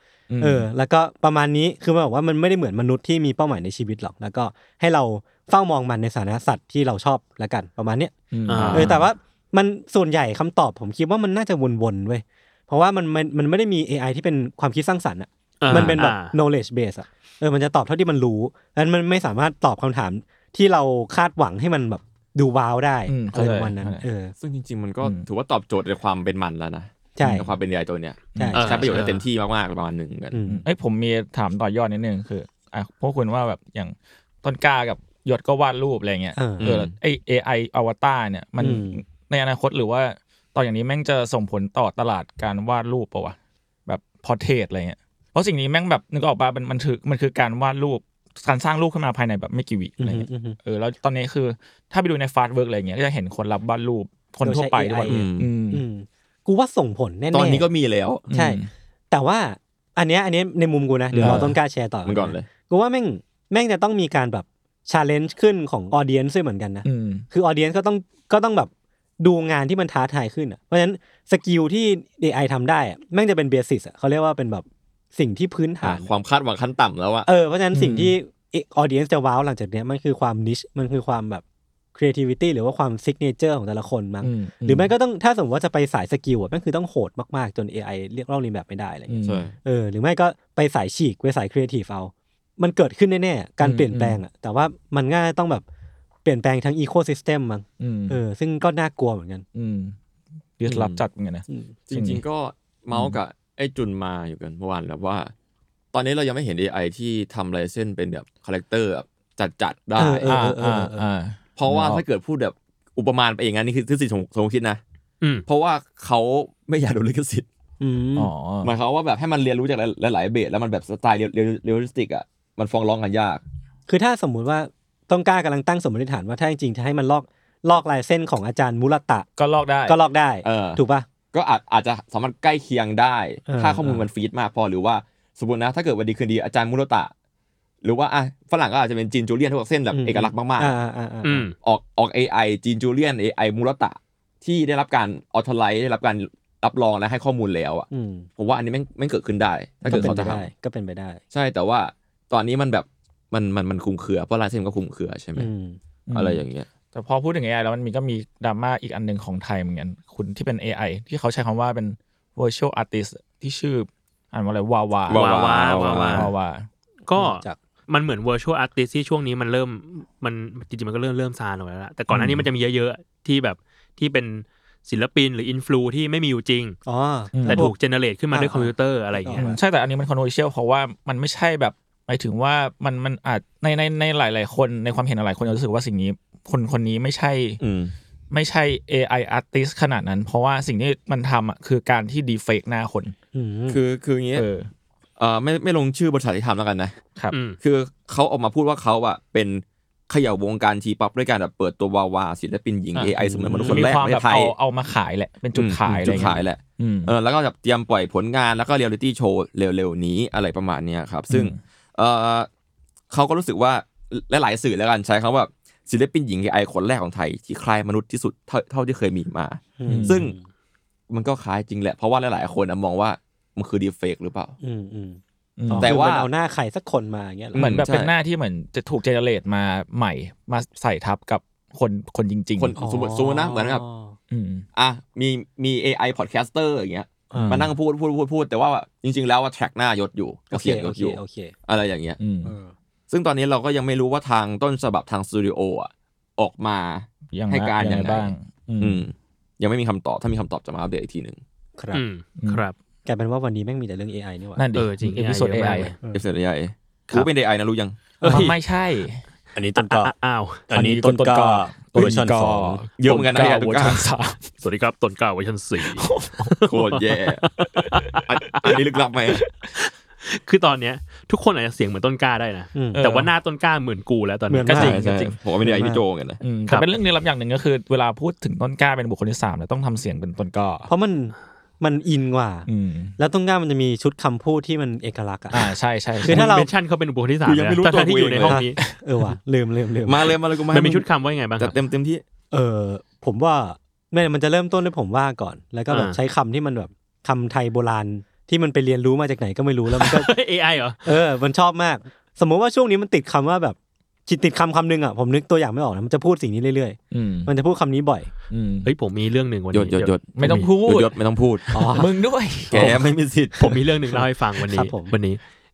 S2: เออแล้วก็ประมาณนี้คือมันบอกว่ามันไม่ได้เหมือนมนุษย์ที่มีเป้าหมายในชีวิตหรอก แล้วก็ให้เราเฝ้ามองมันในสถานะสัตว์ที่เราชอบละกันประมาณเนี้ย
S6: ม
S4: อ่า
S2: เออแต่ว่ามันส่วนใหญ่คำตอบผมคิดว่ามันน่าจะวนๆเว้ยเพราะว่ามันมันมันไม่ได้มี AI ที่เป็นความคิดสร้างสรรค์อะ
S4: อ่า
S2: มันเป็นแบบ
S4: อ่า
S2: knowledge base อะเออ มันจะตอบเท่าที่มันรู้งั้นมันไม่สามารถตอบคำถามที่เราคาดหวังให้มันแบบดูว้าวได้
S6: อืม
S2: อะไรประมาณนั้น
S6: เข้ใจ
S2: เออ
S5: ซึ่งจริง ๆ มันก็
S6: อืม
S5: ถือว่าตอบโจทย์ในความเป็นมันแล้วนะ
S2: ใช่
S5: นความเป็นใหญ่ตัวเนี้ย
S2: ใช่
S4: เออ
S5: ใช้ประโยชน์ได้เต็มที่มากๆประมาณหนึ่งเหมือนกัน
S2: อืม
S6: เอ้ยผมมีถามต่อยอดนิดนึงคืออ่ะพวกคุณว่าแบบอย่างต้นกล้ากับหยดก็วาดรูปอะไรเงี้ย
S2: เออ
S6: เออแล้วไอเอไออวตารเนี่ย มัน
S2: อืม
S6: ในอนาคตหรือว่าต่ออย่างนี้แม่งจะส่งผลต่อตลาดการวาดรูปปะวะแบบพอเทสอะไรเงี้ยเพราะสิ่งนี้แม่งแบบนึกออกปะมันมันถือมันคือการวาดรูปการสร้างรูปขึ้นมาภายในแบบไม่กี่วิ
S2: อื
S6: อะไร
S2: ม
S6: เงี้ย
S2: อืมอืม
S6: เออแล้วตอนนี้คือถ้าไปดูในฟาสต์เวิร์กอะไรเงี้ยก็จะเห็นคนรับวาดรูปคนทั่วไปด้วย
S2: โดยใช้ AI
S6: อืม
S2: อืมกูว่าส่งผลแน่ๆ
S5: ตอนนี้ก็มีแล้ว
S2: ใช่ แต่ว่าอันเนี้ยอันเนี้ยในมุมกูนะ เดี๋ยว
S6: เออ
S2: เราต้องกล้าแชร์ต่อ
S5: มันก่อนเลย
S2: กูว่าแม่งแม่งจะต้องมีการแบบชาเลนจ์ขึ้นของออเดียนซ์ด้วยเหมือนกันนะ
S6: อืม
S2: คือออเดียนก็ต้องก็ต้องแบบดูงานที่มันท้าทายขึ้นอะเพราะฉะนั้นสกิลที่ AI ทำได้อะแม่งจะเป็นเบสิสอะเขาเรียกว่าเป็นแบบสิ่งที่พื้นฐา
S5: อ่ะ
S2: น
S5: ความคาดหวังขั้นต่ำแล้วอะ
S2: เออเพราะฉะนั้น
S6: อืม
S2: สิ่งที่ออเดียนจะว้าวหลังจากเนี้ยมันคือความนิชมันคือความแบบ creativity หรือว่าความซิกเนเจอร์ของแต่ละคนมั้ง
S6: ม
S2: หรือไม่ก็ต้องถ้าสมมติว่าจะไปสายสกิลอะแม่งคือต้องโหดมากๆ จน AI เรียกเล่าเรียนแบบไม่ได้อะไรเงี้ย
S5: ใช่
S2: เออหรือไม่ก็ไปสายฉีกไปสายครีเอทีฟเอา มันเกิดขึ้นแน่ๆ การ
S6: อืม
S2: เปลี่ยนแปลงอะแต่ว่ามันง่ายต้องแบบเปลี่ยนแปลงทั้งอีโคซิสเต็มมั้ง
S6: อืม
S2: เออซึ่งก็น่ากลัวเหมือนกัน
S6: อืมดิสลอฟ
S5: อืม
S6: จัดเหมือนกันนะ
S5: จริงๆก็เมาส์กับไอ้จุนมาอยู่กันเมื่อวานแบบว่า ตอนนี้เรายังไม่เห็น AI ที่ทำลายเส้นเป็นแบบคาแรคเตอร์แบบจัดๆได้
S2: เออเออ
S6: อ่าอ่าอ่า
S5: เพราะว่า
S6: เนาะ
S5: ถ้าเกิดพูดแบบอุปมาไปอย่างนั้นนี่คือทฤษฎีสมสมคิดนะ
S4: อืม
S5: เพราะว่าเขาไม่อยากโดนลิขสิทธิ์
S2: อืม
S6: อ๋อ
S5: หมายความว่าแบบให้มันเรียนรู้จากหลายๆเบสแล้วมันแบบสไตล์เรียลเรียลลิสติกอ่ะมันฟ้องร้องกันยาก
S2: คือถ้าสมมุติว่าต้องกล้ากำลังตั้งสมมติฐานว่าถ้าจริงๆจะให้มันลอก ลอกลายเส้นของอาจารย์มุรตะ
S6: ก็ลอกได้
S2: ก็ลอกได้
S5: เออ
S2: ถูกปะ
S5: ก็อาจอาจจะสามารถใกล้เคียงได้
S2: เออ
S5: ถ้าข้อมูล
S2: เออ
S5: มันฟีดมากพอหรือว่าสมมตินะถ้าเกิดวันดีคืนดีอาจารย์มุโรตะ หรือว่าอ่ะฝรั่งก็อาจจะเป็นจีนจูเลียนที่ออกเส้นแบบเอกลักษณ์มาก
S2: อ่าอ่าอ่า
S4: อืม
S5: ๆ ออกออก AI จีนจูเลียน AI มุโรตะ ที่ได้รับการออทไลท์ได้รับการรับรองและให้ข้อมูลแล้วอ่ะ
S2: อืม
S5: ผมว่าอันนี้แม่งแม่งเกิดขึ้นได้ถ้าเกิดเขาจะท
S2: ได้ก็เป็นไปได้
S5: ำใช่แต่ว่าตอนนี้มันแบบมันมันมันคุมเครือเพราะลายเส้นก็คุมเครือใช่ไหม
S2: อืม
S5: อะไรอย่างเงี้ย
S6: แต่พอพูดถึง AI แล้วมันมีก็มีดราม่าอีกอันหนึ่งของไทยเหมือนกันคุณที่เป็น AI ที่เขาใช้คำว่าเป็น virtual artist ที่ชื่ออ่านว่าอะไรวาวาว
S5: าว
S4: าวาวา
S5: าว
S4: วา
S6: วาวา
S4: ก็
S2: จาก
S4: มันเหมือน virtual artist ที่ช่วงนี้มันเริ่มมันจริงๆมันก็เริ่มเริ่มซาลงแล้วล่ะแต่ก่อนหน้านี้มันจะมีเยอะๆ ที่แบบที่เป็นศิลปินหรืออินฟลูที่ไม่มีอยู่จริง
S2: อ๋อ
S6: อืม
S4: แต่ถูกเจเนเรตขึ้นมาด้วยคอมพิวเตอร์อะไรอย่างเงี้ย
S6: อืมใช่แต่อันนี้มันคอนเวอร์เชียลเพราะว่ามันไม่ใช่แบบหมายถึงว่ามันมันอาจในในในหลาย ๆ คนในความเห็นหลายๆคนจะรู้สึกว่าสิ่งนี้คนคนนี้ไม่ใช่
S5: อืม
S6: ไม่ใช่ AI artist ขนาดนั้น เพราะว่าสิ่งที่มันทำอ่ะคือการที่ดีเฟกหน้าคน
S5: คือคืออย่างเงี้ย
S6: เออ
S5: เออไม่ไม่ลงชื่อบริษัทที่ทำแล้วกันนะ
S6: ครับ
S4: อืม
S5: คือเขาออกมาพูดว่าเขาอะเป็นเขย่าวงการทีป๊อปด้วยการแบบเปิดตัววาวาศิลปินหญิง AI เสมือนมนุษย์คน
S6: มี
S5: แรก
S6: ความ
S5: ใน
S6: แบบ
S5: ไทย
S6: เอาเอามาขายแหละ เป็นจุดขาย
S5: อืม
S6: อะไร
S5: จุด
S6: เงี้ย
S5: ขายแหละ
S6: อืม
S5: เออแล้วก็แบบเตรียมปล่อยผลงานแล้วก็เรียลลิตี้โชว์เร็วๆนี้อะไรประมาณเนี้ยครับ ซึ่ง
S6: อืม
S5: เออเขาก็รู้สึกว่าลหลายๆสื่อแล้วกันใช้คำว่าศิลปินหญิง AI คนแรกของไทย ที่คล้ายมนุษย์ที่สุดเท่าเท่าที่เคยมีมา
S2: อืม
S5: ซึ่งมันก็คล้ายจริงแหละเพราะว่าหลายๆคนอะมองว่ามันคือดีเฟกหรือเปล่า
S2: อืมอืม
S6: อืม
S5: แต่
S2: คือ
S5: ว่า
S2: มันเอาหน้าใครสักคนมาอย่างเงี้ยร
S6: เหมือนแบบ
S5: ใช่
S6: เป็นหน้าที่เหมือนจะถูกเจเนเรตมาใหม่มาใส่ทับกับคนคนจริง ๆ
S5: คนสมมติสมมตินะเหมือนกับ
S6: อืม
S5: อ่ะมีมี AI podcaster อย่างเงี้ย
S6: อ่าม
S5: มานั่งพูดพูดพูดพูดแต่ว่าจริง ๆ แล้วว่าแทร็กหน้ายศอยู่
S2: โอ
S5: กับ
S2: เค
S5: เสียงย
S2: โอ
S5: ศ
S2: เค
S5: อยู่
S2: โอเค
S5: อะไรอย่างเงี้ย
S6: อืม
S2: เออ
S5: ซึ่งตอนนี้เราก็ยังไม่รู้ว่าทางต้นฉบับทางสตูดิโออ่ะออกมา
S6: ยัง
S5: ให้
S6: ไง
S5: การ
S6: ยั
S5: ยัง
S6: งไง
S5: ไง
S6: บ้างอืม
S5: อืมยังไม่มีคำตอบ ถ้ามีคำตอบจะมาอัปเดตอีกทีหนึ่ง
S2: ครับ
S4: อืมครับ
S2: กลายเป็นว่าวันนี้แม่งมีแต่เรื่อง AI นี่หว่า
S6: นั่นดิ
S4: เออจริง
S6: เอพิโซด
S4: AI เยอะมาก
S6: AI
S4: เลย
S5: เอฟเซนไอกูเป็น AI นะรู้ยัง
S4: เอ้ย
S6: มันไม่ใช่
S7: อันนี้ต้นกล้า
S4: อ่ะอ้าว
S7: อันนี้ต้นกล้าเวอร์ชันสอง
S5: เยอะเหมือนกันนะ AI
S6: ต้
S5: ต้
S6: น
S5: น
S6: ก
S5: ก
S6: ล้า
S5: ล้า
S4: สวัสดีครับต้นกล้าเวอร์ชันสี่
S5: โคตรแย่ อันอันนี้ลึกลับไหม
S4: คือตอนเนี้ยทุกคนอาจจะเสียงเหมือนต้นกล้าได้นะ
S2: อืม
S4: แต่ว่าหน้าต้นกล้าเหมือนกูแล้วตอน
S2: เหมื
S4: นี้
S2: อน
S5: ก็จริง
S2: ใช่ใช่
S5: ก็จริงผมว่าเป็น AI พี่โจเหมือนกันนะ
S6: อืม
S4: ครั
S6: แต่
S4: บ
S6: เป็นเรื่องนี้รับอย่างหนึ่งก็คือ เวลาพูดถึงต้นกล้าเป็นบุคคลที่สามแล้วต้องทำเสียงเป็นต้นกล้า
S2: เพราะมันมันอินกว่า
S6: อืม
S2: แล้วต้นกล้ามันจะมีชุดคำพูดที่มันเอกลักษณ์อ่ะ
S6: อ่าใช่ใช่
S2: คือถ้าเรา
S4: เมนชั่นเขาเป็นบุคคลที่สามแล้วทั้งๆที่อยู่ในห้องนี้
S2: เออว่ะลืมลืมลืม
S5: มาเลยมาเลยกูมา
S4: มั
S5: มัน
S4: มีชุดคำว่ายังไงบ้างค
S5: จั
S4: รั
S5: ด
S4: บ
S5: เต็มเต็มที่
S2: เออผมว่าแม่มันจะเริ่มต้นด้วยผมว่าก่อน แล้วก็แบบ
S4: อ่า
S2: ใช้คำที่มันแบบคำไทยโบราณที่มันไปเรียนรู้มาจากไหนก็ไม่รู้แล้วมันก็
S4: AI เหรอ
S2: เออ มันชอบมาก สมมุติว่าช่วงนี้มันติดคำว่าแบบจิตติดคำคำหนึงอ่ะผมนึกตัวอย่างไม่ออกนะมันจะพูดสิ่งนี้เรื่อย
S6: อืม
S2: ๆ มันจะพูดคำนี้บ่อย
S6: อืม
S4: เฮ้ยผมมีเรื่องหนึ่งวัน
S5: หย
S4: นี้
S5: ดหยดหยด
S6: ไม่ต้องพู
S5: หยด
S6: ด
S5: หยดไม่ต้องพูด
S6: มึงด้วย
S5: แกไม่มีสิทธิ์
S4: ผมมีเรื่องหนึ่งเล่าให้ฟังวัน
S2: ครั
S4: นี้
S2: บผม
S4: วันนี้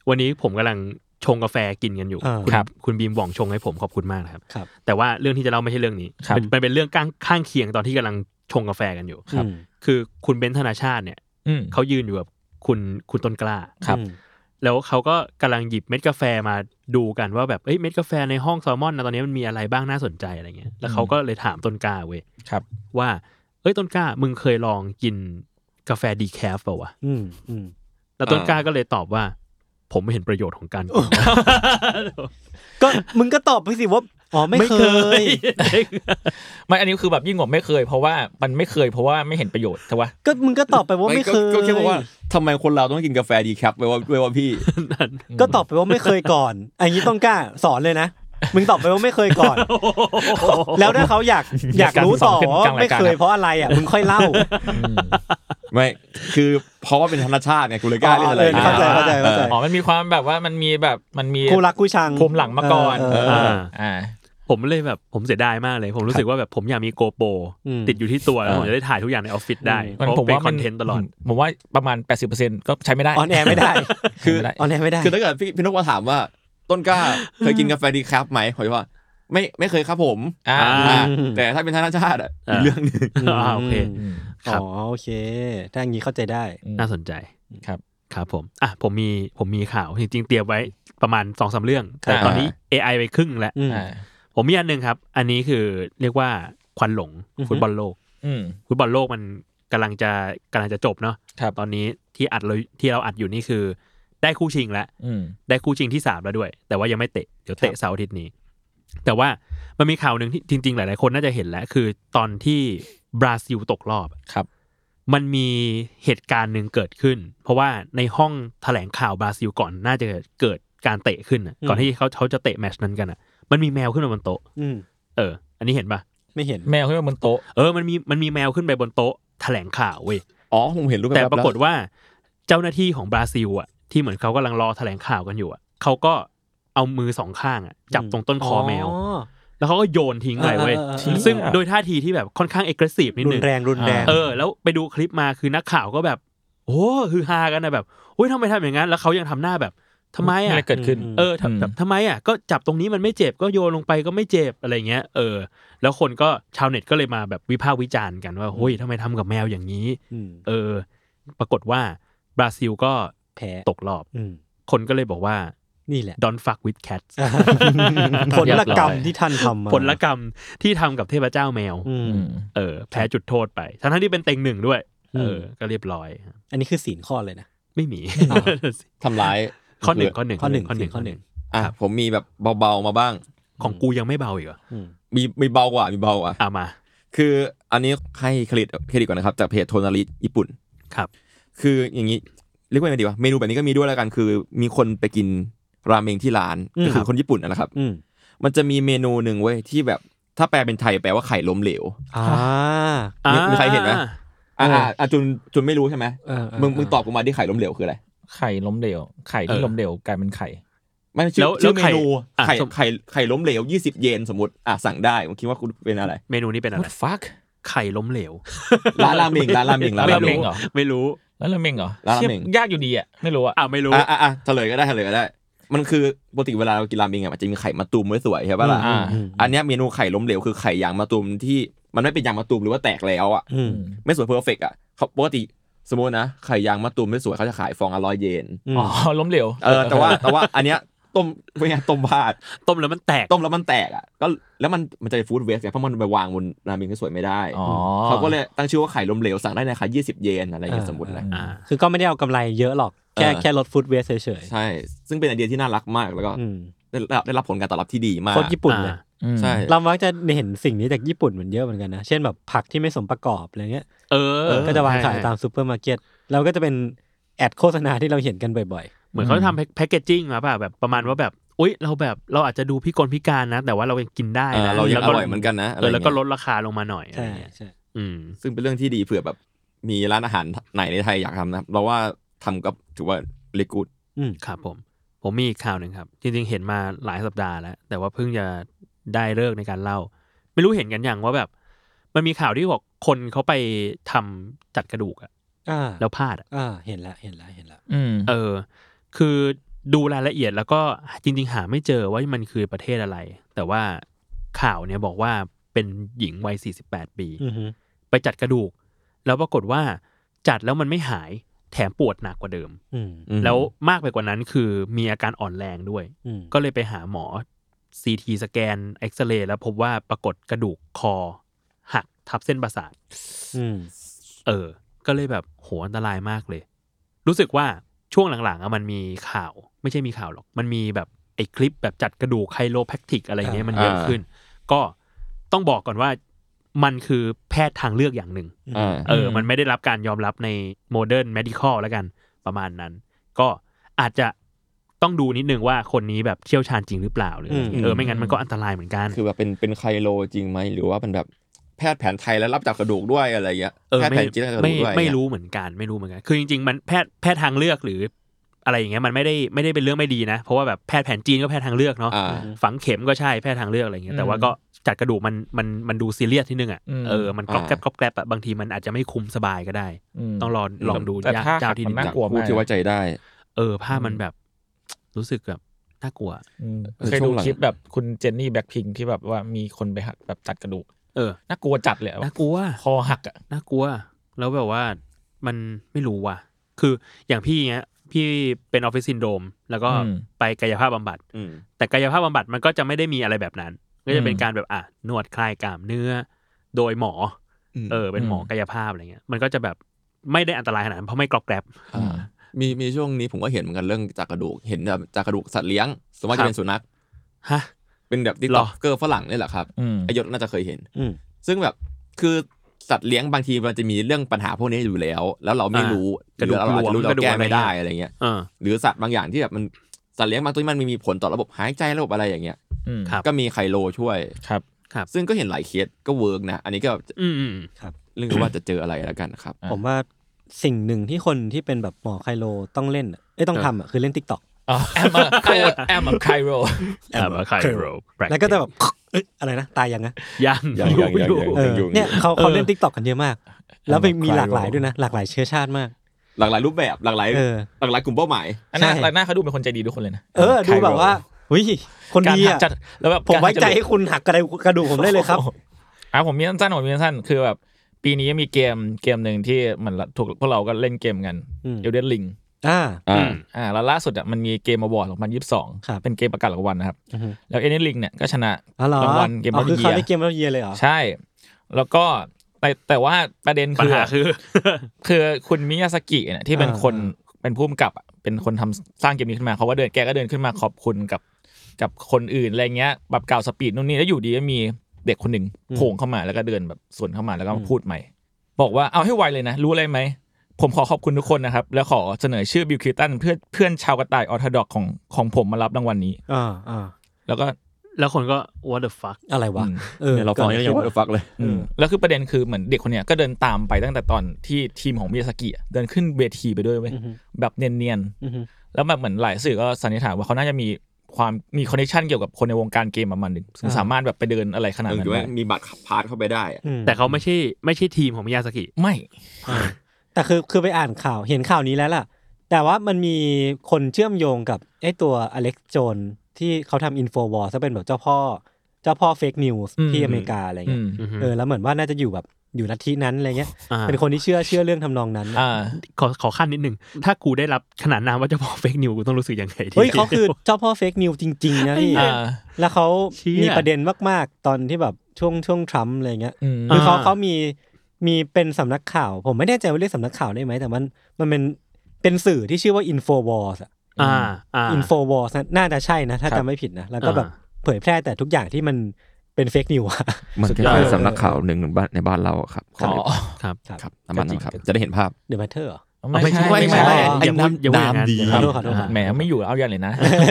S4: วันนี้ผมกำลังชงกาแฟกินกันอยู่
S2: อ่า
S4: ณ
S2: ครับ
S4: คุณบีมหว่องชงให้ผมขอบคุณมากนะครับ
S2: ครับ
S4: แต่ว่าเรื่องที่จะเล่าไม่ใช่เรื่องนี้มันมันเป็นเรื่องข้างข้างเคียงตอนที่กำลังชงกาแฟกันอยู่
S2: อืม
S4: คือคุณเบนซ์ธนาชาติเนี่ย
S6: อืม
S4: เขายืนอยู่กับคุณคุณต้นกล้า
S6: ครับ
S2: อืม
S4: แล้วเขาก็กำลังหยิบเม็ดกาแฟมาดูกันว่าแบบเอ้ยเม็ดกาแฟในห้องแซลมอนนะตอนนี้มันมีอะไรบ้างน่าสนใจอะไรเงี้ย แล้วเขาก็เลยถามต้นกล้าเว้ย
S6: ครับ
S4: ว่าเอ้ยต้นกล้ามึงเคยลองกินกาแฟดีแคฟเปล่าวะ
S2: อืมอืม
S4: แล้วต้น
S5: อ่า
S4: กล้าก็เลยตอบว่า ผมไม่เห็นประโยชน์ของการกิน
S2: ก็มึงก็ตอบไปสิว่าอ๋อไม่เคย
S6: ไม่อันนี้คือแบบยิ่งกว่าไม่เคย เพราะว่ามันไม่เคยเพราะว่าไม่เห็นประโยชน์ใช่ปะ
S2: ก็มึงก็ตอบไปว่าไม่เคย
S5: ก็ก็แค่บอกว่าทำไมคนเราต้องกินกาแฟดีแคปไว้ว่าไว้ว่าพี่
S2: ก็ตอบไปว่าไม่เคยก่อน อันนี้ต้องกล้าสอนเลยนะ มึงตอบไปว่าไม่เคยก่อน แล้วถ้าเขาอยากอยากรู้ต่อว่าไม่เคยเพราะอะไรอ่ะ มึงค่อยเล่า
S5: ไม่คือเพราะว่าเป็นธรรมชาติไงกูเลยกล้าเล่นอะไรอย่งงี้ย
S2: เข้าใจเข้าใจเข้าใจ
S5: ออ
S6: อ๋อมันมีความแบบว่ามันมีแบบมันมี
S2: กูรักกูชัง
S6: ภูมิหลังมาก่อน
S2: เเ
S4: อ
S6: อ่า
S4: ผมเลยแบบผมเสียดายมากเลย ผมรู้สึกว่าแบบผมอยากมีโกโปร
S2: อืม
S4: ติดอยู่ที่ตัวแล้ว
S5: อ่า
S4: ผมจะได้ถ่ายทุกอย่างในออฟฟิศได้เพ
S6: มัน
S4: ราะ
S6: ผม
S4: เป็น
S6: ว่า
S4: ค
S6: มั
S4: อนเทนต์ตลอด
S6: ผมว่าประมาณ 80%ก็ใช้ไม่ได้
S2: ออนแอร์ไม่ได้
S6: คือไม่ได้
S2: ออนแอร์ไม่ได้
S5: คือถ้าเกิดพี่พี่นกมาถามว่าต้นกล้าเคยกินกาแฟดีแคปไหมผมจะว่า ไม่ไม่เคยครับผม
S6: อ่า
S5: อ่า
S2: อืม
S5: แต่ถ้าเป็นธรรมชาติอ่ะ
S4: อ่า
S5: อีกเรื่องหนึง
S4: อ่าโอเค
S2: อืม
S4: ครับ
S2: อ๋อโอเค ถ้าอย่างนี้เข้าใจได้
S4: น่าสนใจ
S6: ครับ
S4: ครับผมอ่ะผมมีผมมีข่าวจริงๆเตรียมไว้ประมาณสองสาเรื่อง แต่ตอนนี้ AI ไปครึ่งแล้ว
S2: อืม
S6: อ่า
S4: ผมมีอันหนึ่งครับ อันนี้คือเรียกว่าควันหลง
S2: อือฮึ
S4: ฟุตบอลโลก
S6: อืม
S4: ฟุตบอลโลกมันกำลังจะกำลังจะจบเนาะ
S6: ครับ
S4: ตอนนี้ที่อัดเราที่เราอัดอยู่นี่คือ ได้คู่ชิงแล้ว
S6: อืม
S4: ได้คู่ชิงที่สามแล้วด้วย แต่ว่ายังไม่เตะ เดี๋ยวเตะเสาร์อาทิตย์นี้ แต่ว่ามันมีข่าวหนึ่งที่จริง ๆ หลาย ๆ คนน่าจะเห็นแล้ว คือตอนที่บราซิลตกรอบอะ
S6: ครับ
S4: มันมีเหตุการณ์หนึ่งเกิดขึ้น เพราะว่าในห้องแถลงข่าวบราซิลก่อนน่าจะเกิดการเตะขึ้นอะ
S2: อืม
S4: ก่อนที่เขาเขาจะเตะแมตชนั้นกันอ่ะ มันมีแมวขึ้นมาบนโต๊ะ
S2: อืม
S4: เออ อันนี้เห็นปะ
S2: ไม่เห็น
S6: แมวขึ้นมาบนโต๊ะ
S4: เออมันมีมันมีแมวขึ้นไปบนโต๊ะแถลงข่าวเว้ย
S5: อ๋อผมเห็นรูป
S4: แต่
S5: บบ
S4: ปรากฏ
S5: แล้ว
S4: ว่าเจ้าหน้าที่ของบราซิลอ่ะที่เหมือนเขากำลังรอแถลงข่าวกันอยู่อ่ะเขาก็เอามือสองข้างอ่ะจับตรงต้นคอแมว แล้วเขาก็โยนทิ้งไปเว้ย
S2: เออเออเออ
S4: ทิ้งซึ่งโดยท่าทีที่แบบค่อนข้างเอ็กซ์ซีฟนิด
S2: รุ
S4: นึ
S2: น
S4: ง
S2: แรงรุนแรง
S4: เออแล้วไปดูคลิปมาคือนักข่าวก็แบบ โอ้ฮือฮากันนะแบบโอ้ยทำไมทำอย่างนั้น แล้วเขายังทำหน้าแบบทำไม
S6: ไม่
S4: อ่ะ
S6: ได้เกิดขึ้น
S2: อืม
S4: เออทำแบบทำไมอ่ะก็จับตรงนี้มันไม่เจ็บก็โยนลงไปก็ไม่เจ็บอะไรเงี้ยเออ แล้วคนก็ชาวเน็ตก็เลยมาแบบวิพากษ์วิจารณ์กันว่าโอ้ยทำไมทำกับแมวอย่างนี้
S2: ม
S4: เออ ปรากฏว่าบราซิลก็
S2: แพ้
S4: ตกรอบ
S2: อืม
S4: คนก็เลยบอกว่า
S2: นี่ แหละ
S4: don't fuck with cats
S2: ผลกรรมที่ท่านทำมา
S4: ผลกรรมที่ทำกับเทพเจ้าแมว
S2: อืม
S6: อืม
S4: เออ แพ้จุดโทษไป ทั้งๆที่เป็นเต็งหนึ่งด้วย
S2: อืม
S4: เออ ก็เรียบร้อย
S2: อันนี้คือศีลข้อเลยนะ
S4: ไม่มี
S5: ทำร้าย
S4: ข้อหนึ่งข้อหนึ่ง
S2: ข้อหนึ่ง
S4: ข้อหนึ่ง
S2: ข้อหนึ่ง
S5: อ่ะผมมีแบบเบาๆมาบ้าง
S4: ของกูยังไม่เบาอีกเหรอ
S2: อืม
S5: มีมีเบากว่ามีเบากว่า
S4: อ่ะมา
S5: คืออันนี้ให้เครดิตเครดิตก่อนนะครับ จากเพจโทนาริญี่ปุ่น
S4: ครับ
S5: คืออย่างนี้เรียกว่าไงดีวะเมนูแบบนี้ก็มีด้วยแล้วกันคือ มีคนไปกินราเมงที่ร้านก็คือคนญี่ปุ่นนะนะครับ
S2: อืม
S5: มันจะมีเมนูหนึ่งเว้ยที่แบบถ้าแปลเป็นไทยแปลว่าไข่ล้มเหลว
S2: อ่า
S4: อ่า
S5: มีใครเห็นไหม อ่าอ่าจุนจุนไม่รู้ใช่ไหม
S2: เออเ
S5: มึงมึงตอบกูมาที่ไข่ล้มเหลวคืออะไร
S6: ไข่ล้มเหลว ไข่ที่ล้มเหลวกลายเป็นไข่
S5: ไม่ชื่
S4: แล้
S5: อ
S4: ว
S5: ชื่อ
S4: แล้ว
S5: เม
S4: ไข่
S5: นู
S4: อ่ะ
S5: ไข่
S4: สม
S5: ไข่ไข่ล้มเหลวยี่สิบเยนสมมติอ่ะสั่งได้มึงคิดว่าคุณเป็นอะไร
S4: เมนูนี้เป็นอะไร
S6: what fuck
S4: ไข่ล้มเหลว
S5: ร้านราเมงร้านราเมงร้าน
S6: ไม่
S5: ราเม
S6: รู้
S5: ง
S6: เหรอ
S4: ไม่รู้
S6: แล้วราเมงเหรอ
S5: แล้วราเมง
S6: เชี่ยยากอยู่ดีอ่ะไม่รู้อ่ะ
S4: อ่ะไม่รู้
S5: อ่ะอ่ะอ่ะเฉลยก็ได้เฉลยก็ได้ มันคือปกติเวลาเรากินราเมงอ่ะมันจะมีไข่มะตูมไว้สวยใช่ปะล่ะ
S6: อ่า
S5: อันเนี้ยเมนูไข่ล้มเหลวคือไข่ยางมะตูมที่มันไม่เป็นยางมะตูมหรือว่าแตกแล้วอ่ะ
S2: อืม
S5: ไม่สวยเพอร์เฟกอ่ะเขาปกติสมมตินะไข่ยางมะตูมไม่สวยเขาจะขายฟองละร้อยเยน
S6: อ๋อล้มเหลว
S5: เออแต่ว่าแต่ว่าอันเนี้ยต้มเป็นไงต้มพลาด
S4: ต้มแล้วมันแตก
S5: ต้มแล้วมันแตกอ่ะก็แล้วมันมันจะฟู้ดเวสไงเพราะมันไปวางบนราเมงที่สวยไม่ได้
S6: อ๋อ
S5: เขาก็เลยตั้งชื่อว่าไข่ล้มเหลวสั่งได้ในราคา20 เยนอะไรอย่างเงี้ย
S2: อ่า
S5: สมมตินะ
S4: อ่า
S2: คือก็ไม่ได้เอากำไรเยอะหรอก แค่
S5: เออ
S2: แค่ลดฟู้ดเวสเฉย
S5: ใช่ ซึ่งเป็นไอเดียที่น่ารักมากแล้วก็
S2: ๆอืม
S5: ได้รับได้รับผลการตอบรับที่ดีมาก
S2: คนญี่ปุ่นเลย
S4: อ่า
S6: อืม
S5: ใช่
S2: เรามักจะเห็นสิ่งนี้จากญี่ปุ่นเหมือนเยอะเหมือนกันนะ เช่นแบบผักที่ไม่สมประกอบอะไรเงี้ย
S4: เออ
S2: ก็จะวางขาย
S4: ใช่
S2: ตามซูเปอร์มาร์เก็ตแล้วก็จะเป็นแอดโฆษณาที่เราเห็นกันบ่อย
S4: เหมือนเขาทำแพ็คแพ็กเกจจิ้งมาป่ะแบบประมาณว่าแบบอุ้ยเราแบบเราอาจจะดูพิกลพิการนะ แต่ว่าเรายังกินได้
S5: เออ
S4: นะ
S5: เรายัง
S4: แล้วก็
S5: อร่อยเหมือนกันนะอะไร
S4: เออแล้วก็
S5: เงี้ย
S4: ลดราคาลงมาหน่อย
S2: ๆ
S4: อะไร
S2: ใช่
S4: เงี้ย
S2: ใช่
S4: อืม
S5: ซึ่งเป็นเรื่องที่ดีเผื่อแบบมีร้านอาหารไหนในไทยอยากทำนะเราว่าทำก็ถือว่าเลกูด
S2: อืม
S4: ครับผม ผมมีอีกข่าวหนึ่งครับ จริงๆเห็นมาหลายสัปดาห์แล้ว แต่ว่าเพิ่งจะได้เลิกษ์ในการเล่า ไม่รู้เห็นกันอย่างว่าแบบ มันมีข่าวที่บอกคนเขาไปทำจัดกระดูกอะ
S2: อ่า
S4: แล้วพลาดอะ
S2: อ่าเห็นละเห็นละเห็นละ
S6: อืม
S4: เออ คือดูรายละเอียดแล้วก็จริง ๆ หาไม่เจอว่ามันคือประเทศอะไร แต่ว่าข่าวเนี่ยบอกว่าเป็นหญิงวัย48ปี
S2: อือฮึ
S4: ไปจัดกระดูก แล้วปรากฏว่าจัดแล้วมันไม่หายแถมปวดหนักกว่าเดิม
S2: อืม
S4: แล้วมากไปกว่านั้นคือมีอาการอ่อนแรงด้วย
S2: อืม
S4: ก็เลยไปหาหมอซีทีสแกนเอ็กซเรย์แล้วพบว่าปรากฏกระดูกคอ หักทับเส้นประสาท
S2: อืม
S4: เออ ก็เลยแบบโหอันตรายมากเลย รู้สึกว่าช่วงหลังๆอะมันมีข่าว ไม่ใช่มีข่าวหรอก มันมีแบบไอ้คลิปแบบจัดกระดูกไคโรแพคติกอะไรเงี้ยมันเยอะขึ้น ก็ต้องบอกก่อนว่ามันคือแพทย์ทางเลือกอย่างหนึ่ง
S5: อ่า
S4: เออ มันไม่ได้รับการยอมรับในโมเดิร์น d i ดิคอลแล้วกันประมาณนั้น ก็อาจจะต้องดูนิดนึงว่าคนนี้แบบเชี่ยวชาญจริงหรือเปล่าหรืออะไรอย่างเงี้ยเออไม่งั้นมันก็อันตรายเหมือนกัน
S5: คือแบบเป็นเป็นไคโลจริงไหมหรือว่าเป็นแบบแพทย์แผนไทยแล้วรับจากกระดูกด้วยอะไรเงี้ย
S4: เออ
S5: แพทย์
S4: ไม่
S5: แผนจีนจากกระดู
S4: ไม่
S5: กด้วย
S4: ไม่รู้เหมือนกันไม่รู้เหมือนกัน คือจริง ๆ มันแพทย์แพทย์ทางเลือกหรือ อะไรอย่างเงี้ยมันไม่ได้ไม่ได้เป็นเรื่องไม่ดีนะ เพราะว่าแบบแพทย์แผนจีนก็แพทย์ทางเลือกเนาะ
S5: อ่า
S4: ฝังเข็มก็ใช่แพทย์ทางเลือกอะไรเงี้ยแต่ว่าก็จัดกระดูกมันมันมันดูซีเรียสนิดนึงอ่ะเออมันกรอบแกรบกรอบแกรบอ่ะบางทีมันอาจจะไม่คุมสบายก็ได้
S6: ม
S4: ต้องรอลองดู
S6: แต่ถ้า
S4: เจ้าที่
S6: ขัดมั
S4: รู้
S6: นน่า
S4: จัก
S6: กลัว
S5: ผู้ที่ไว้ใจได้
S4: เออภาพมันแบบ รู้สึกแบบน่ากลัว
S6: อืม
S5: เออ
S6: เคย
S5: ช่
S6: ดู
S5: วงหลัง
S6: คลิปแบบคุณเจนนี่แบ็คพิงที่แบบว่ามีคนไปหักแบบตัดกระดูก
S4: เออ
S6: น่ากลัวจัดเลยอะ
S4: น่ากลัว
S6: คอหักอ่ะ
S4: น่ากลัว แล้วแบบว่ามันไม่รู้ว่ะ คืออย่างพี่เนี้ย พี่เป็นออฟฟิศซินโดรมแล้วก็
S6: อืม
S4: ไปกายภาพบำบัด
S5: อืม
S4: แต่กายภาพบำบัดมันก็จะไม่ได้มีอะไรแบบนั้น ก็จะเป็น
S6: อืม
S4: การแบบอ่ะนวดคลายกล้ามเนื้อ โดยหมออ
S5: ม
S4: เออ เป็นหมออ
S6: ม
S4: กายภาพอะไรเงี้ย มันก็จะแบบไม่ได้อันตรายขนาดนั้นเพราะไม่กรอกแกรบ
S5: อ่ามีมีช่วงนี้ผมก็เห็นเหมือนกันเรื่องจากกระดูกเห็นแบบจากกระดูกสัตว์เลี้ยงสมมติ
S4: ครับ
S5: จะเป็นสุนัข
S4: ฮะ
S5: เป็นแบบติ๊ก
S4: หร
S5: ต็
S4: อ
S5: อกเกอร์ฝรั่งนี่แหละครับ
S6: อืม
S5: ไอยศน่าจะเคยเห็น
S2: อืม
S5: ซึ่งแบบคือสัตว์เลี้ยงบางทีมันจะมีเรื่องปัญหาพวกนี้อยู่แล้ว แล้วเราไม่รู้
S4: กระดูก
S5: หอเราอาจจะรู้
S4: หลวม
S5: เราแก้ไม่ได้
S4: กระดูกอะไร
S5: อะไรเงี้ย
S4: เออ
S5: หรือสัตว์บางอย่างที่แบบมันสัตว์เลี้ยงบางตัวที่มันมีผลต่อระบบหายใจระบบอะไรอย่างเงี้ย
S6: อืม
S4: ครับ
S5: ก็มีไคโลช่วย
S6: ครับ
S5: ซึ่งก็เห็นหลายเคสก็เวิร์กนะ อันนี้ก็
S4: อืมอืม
S5: เรื่องว่าจะเจออะไรแล้วกันครับ
S2: ผมว่าสิ่งหนึ่งที่คนที่เป็นแบบหมอไคโลต้องเล่นอะเอ้ยต้อง
S4: เออ
S2: ทำอะคือเล่นติ๊กต็อก
S6: อ๋อแอมอะโคดแอมอะไคโร
S4: แอมไคโร
S2: แล้วก็จะแบบเอ้ยอะไรนะตายยังนะ
S4: ยัง
S5: ยังยังยัง
S4: อยู่
S5: ยัง
S2: เออ
S5: อยู่
S2: เนี่ยเขาเขาเล่นติ๊กต็อกกันเยอะมาก แล้วเป็นมีหลากหลาย
S6: ไคโร
S2: ด้วยนะ หลากหลายเชื้อชาติมาก
S5: หลากหลายรูปแบบหลากหลาย
S2: เออ
S5: หลากหลายกลุ่มเป้าหมาย
S6: อันหน้า
S2: ใช่
S6: หลังหน้าเขาดูเป็นคนใจดีทุกคนเลยนะ
S2: เออ ดูแบบว่าหุ้ยคน
S6: การ
S2: ดี
S6: หั
S2: อะ
S6: กจัดแล้วแบบ
S2: ผม
S6: การ
S2: ไว้ใจ
S6: ก
S2: ให้คุณหักกระดูกกระดูกผมได้เลยครับ
S6: อ่ะผมมีสั้นๆผมมีสั้นๆคือแบบปีนี้มีเกมเกมหนึ่งที่เหมือนถูกพวกเราก็เล่นเกมกัน
S2: อืม
S6: เอลเดนลิง
S2: อ่า
S5: อ่า
S6: อ่าแล้วล่าสุดอ่ะมันมีเกมอวอร์ด
S2: ครับ
S6: 2022 เป็นเกมประกาศรางวัลนะครับ
S2: อือฮึ
S6: แล้วเอลเดนลิงเนี่ยก็ชนะ
S2: อ๋อเหรอ
S6: รางวัลเกม
S2: อ๋
S6: บั
S2: อ
S6: ล
S2: คือ
S6: เยี
S2: เขา
S6: ย
S2: ได้เกมบัลเยียเลยเหรอ
S6: ใช่ แล้วก็แต่แต่ว่าประเด็น
S4: ปัญ
S6: คือ
S4: หาคือ
S6: คือคุณมิยาสกิเนี่ยที่เป็นคนเป็นผู้กำกับอะเป็นคนทำสร้างเกมนี้ขึ้นมาเขาก็เดินแกก็เดินขึ้นมาขอบคุณกับกับคนอื่นอะไรเงี้ยแบบกล่าวสปีดนู่นนี่แล้วอยู่ดีก็มีเด็กคนหนึ่งโผงเข้ามาแล้วก็เดินแบบสวนเข้ามาแล้วก็มาพูดใหม่ บอกว่าเอาให้ไวเลยนะ รู้อะไรไหม ผมขอขอบคุณทุกคนนะครับ แล้วขอเสนอชื่อบิลคิวตันเพื่อนเพื่อนชาวกระต่ายออร์ทดอกของของผมมารับรางวัลนี้
S2: อ่าอ่า
S6: แล้วก็
S4: แล้วคนก็ what the fuck
S2: อะไรวะ
S6: อืม
S2: เออ
S5: เนี่ยเราฟัง
S2: กิด
S5: ยั
S2: อะ
S5: ง
S2: ไร
S5: ยัง
S2: ขึ้น
S5: ว่าฟักเลย
S6: อืมแล้วคือประเด็นคือเหมือนเด็กคนเนี้ยก็เดินตามไปตั้งแต่ตอนที่ทีมของมิยาสกิอะเดินขึ้นเวทีไปด้วยเว้ย
S2: อือฮึ
S6: แบบเนียน
S2: อือฮึ
S6: ๆแล้วแบบเหมือนหลายสื่อก็สันนิษฐานว่าเขาน่าจะมีความมีคอนเนคชันเกี่ยวกับคนในวงการเกมประมาณหนึ่งซึ่งสามารถแบบไปเดินอะไรขนาด
S5: ห
S6: นั้น
S5: รือว่า
S6: ได้
S5: มีบัตรพาสเข้าไปได้อะ
S2: อืม
S4: แต่เขาไม่ใช่ไม่ใช่ทีมของมิยาสกิ
S6: ไม่
S2: แต่คือคือไปอ่านข่าวเห็นข่าวนี้แล้วล่ะ แต่ว่ามันมีคนเชื่อมโยงกับไอ้ตัวอเล็กโจนที่เขาทำอินโฟวอร์ซะเป็นแบบเจ้าพ่อ เจ้าพ่อเฟกนิวส์
S6: อืม
S2: ที่อเมริกาอะไร
S6: อื
S2: เงี้ย
S6: ม
S2: เออแล้วเหมือนว่าน่าจะอยู่แบบอยู่ลัทธินั้นอะไรเงี้ย
S4: อ่า
S2: เป็นคนที่เชื่อเชื่อเรื่องทำนองนั้น
S6: อ่า
S4: ขอขอขั้นนิดนึง ถ้ากูได้รับขนาดนามว่าเจะพอเฟกนิวกูต้องรู้สึกยังไงดี
S2: เฮ้ยเขาคือเจ้าพ่อเฟกนิวจริงๆนะพี่
S6: อ่า
S2: แล้วเขา
S4: เชี่ย
S2: มีประเด็นมากๆ ตอนที่แบบช่วงช่วงทรัมป์อะไรเงี้ย
S6: อืม
S2: คือเขา
S4: อ่า
S2: เขามีมีเป็นสำนักข่าว ผมไม่แน่ใจว่าเรียกสำนักข่าวได้ไหมแต่มันมันเป็นเป็นสื่อที่ชื่อว่า Infowars อะ
S4: อ่าอ่า
S2: Infowars น่ะน่าจะใช่นะ ถ้า
S6: ครับ
S2: จำไม่ผิดนะ แล้วก็แบบ
S4: อ่า
S2: เผยแพร่แต่ทุกอย่างที่มันเป็นเฟกนิวอะ
S5: มัน
S6: สุด
S5: ก็
S6: ยอด
S5: เป็นสำนักข่าวหนึ่งในบ้านในบ้านเราอะครับ
S6: อ๋อ
S5: ครับประมาณนั้นครับ จะได้เห็นภาพ
S2: The Matter เหรอ
S6: ไม่ใช่
S5: ไม่
S6: ไม่
S5: ใช่ไม่
S6: ใช่
S5: ใช่
S4: อย่าพูดอย่าพูดอย่างนั้น
S5: น้ำดี
S4: อย่าพูด
S2: ขอโทษขอโทษ
S6: แหมไม่อยู่แล้วเอาอย่างเลยนะอื